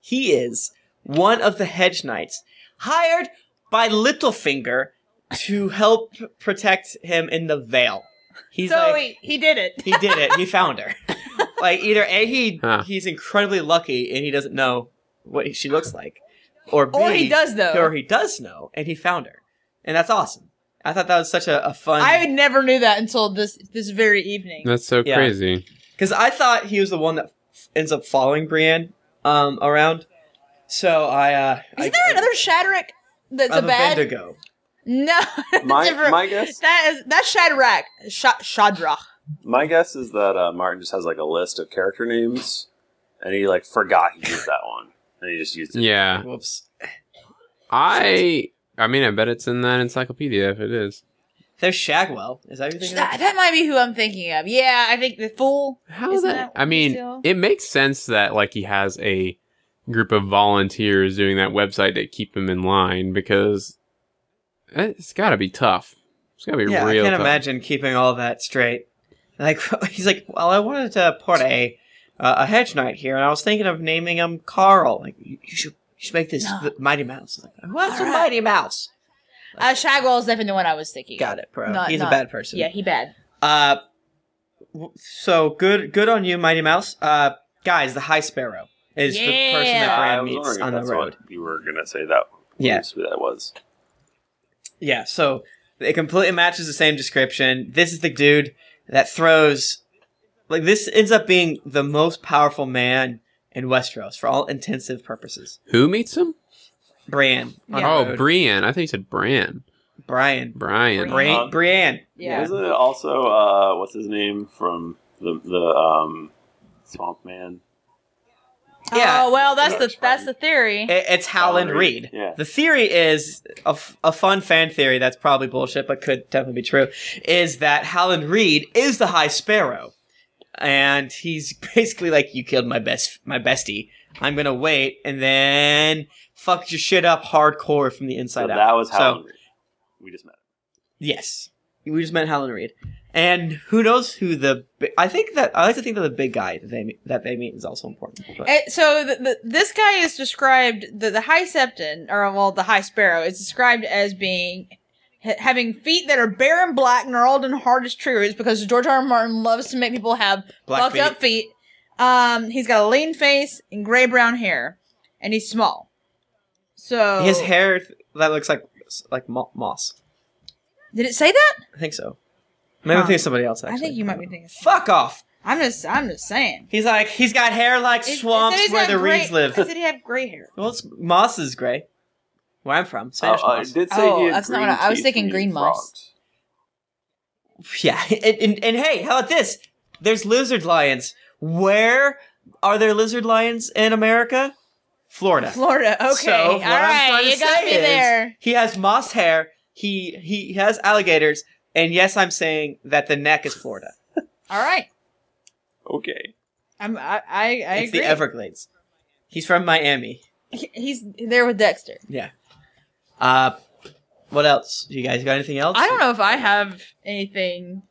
He is one of the hedge knights hired by Littlefinger to help protect him in the Vale. He's so like, he, he did it. he did it. He found her. like either a he Huh. he's incredibly lucky and he doesn't know what she looks like, or b Or he does though. or he does know and he found her, and that's awesome. I thought that was such a, a I fun never knew that until this this very evening. That's so Yeah. crazy. because I, thought he was the one that f- ends up following Brienne um, around. So I uh, I, Isn't there I- another Shadrach that's of a bad? Bendigo. No, that's My, different. my guess that is that's Shadrach. Sh- Shadrach. My guess is that uh, Martin just has like a list of character names, and he like forgot he used that one, and he just used it. Yeah. Whoops. I. I mean, I bet it's in that encyclopedia if it is. There's Shagwell. Is that who you're thinking That, of? that might be who I'm thinking of. Yeah, I think the fool. How Isn't that? that I mean, still- it makes sense that like he has a group of volunteers doing that website that keep him in line because it's got to be tough. It's got to be yeah, real. I can't tough. imagine keeping all that straight. Like he's like, well, I wanted to put a uh, a hedge knight here, and I was thinking of naming him Carl. Like you you should, you should make this No. the Mighty Mouse. Like, What's a Alright. Mighty Mouse? Uh, Shagwell is definitely the one I was thinking. of. Got it, bro. Not- he's not- a bad person. Yeah, he bad. Uh, w- so good, good on you, Mighty Mouse. Uh, guys, the High Sparrow. is the person Yeah. that I Bran was meets wondering on if the that's road. What you were gonna say that. Yeah. Who that was. Yeah, so it completely matches the same description. This is the dude that throws like this ends up being the most powerful man in Westeros for all intensive purposes. Who meets him? Bran. on Yeah. Oh, the road. Brian. I think you said Bran. Brian. Brian. Bran. Bran. Brian. Yeah. Isn't it also uh, what's his name from the the um, Swamp Man? Yeah. Oh well, that's the That's that's fine. the theory. It, it's Howland Howland Reed, Reed. yeah. The theory is a, f- a fun fan theory that's probably bullshit, but could definitely be true. Is that Howland Reed is the High Sparrow, and he's basically like, "You killed my best, my bestie. I'm gonna wait and then fuck your shit up hardcore from the So inside out." that was how So, we just met. yes, we just meant Howland Reed, and who knows who the. bi- I think that I like to think that the big guy that they meet- that they meet is also important. but- Eh, so the, the, this guy is described the, the high septon or well the high sparrow is described as being ha- having feet that are bare and black, gnarled and hard as tree roots because George R. R. Martin loves to make people have Black fucked feet. up feet. Um, he's got a lean face and gray brown hair, and he's small. So His hair th- that looks like like mo- moss. Did it say that? I think so. Maybe I'm Huh. thinking of somebody else. Actually, I think you might be thinking. Fuck off. I'm just I'm just saying. He's like he's got hair like It- it swamps said he's where got the gray- reeds It live. said he have gray hair. well, it's, moss is gray. Where I'm from, Spanish Oh, uh, moss. it did say Oh, he had that's not green what I- I was teeth thinking from green eating moss. frogs. yeah, and, and, and hey, how about this? There's lizard lions. Where are there lizard lions in America? Florida. Florida. Okay. So All what I'm right. trying to You got say me is there. he has moss hair. He he has alligators. And yes, I'm saying that the neck is Florida. All right. Okay. I'm, I, I, I it's agree. the Everglades. He's from Miami. He- He's there with Dexter. Uh, what else? You guys got anything else? I don't know if I have anything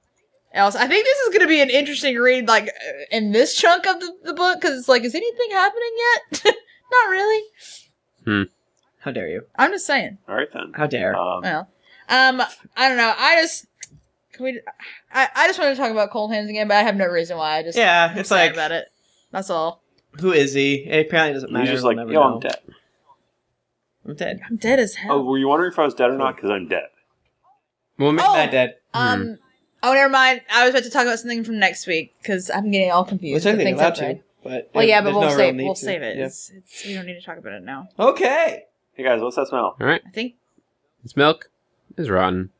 else. I think this is going to be an interesting read, like uh, in this chunk of the, the book, because it's like, is anything happening yet? Not really. How dare you? I'm just saying. All right then. How dare? Um, Well, um, I don't know. I just. Can we, I, I just wanted to talk about cold hands again, but I have no reason why. I just yeah, I'm it's sad like about it. That's all. who is he? It apparently doesn't matter. he's just we'll like, yo, never know. I'm dead. I'm dead. I'm dead as Oh, hell. were you wondering if I was dead or not? Because I'm dead. Well, ma- Oh. Not dead. um. Oh, never mind. I was about to talk about something from next week because I'm getting all confused. Which I with think things allowed I've read. to, but Well, it- yeah, but there's no we'll real save need we'll to. save it. Yeah. It's, it's, we don't need to talk about it now. Okay. Hey guys, what's that smell? all right. I think It's milk. It's rotten.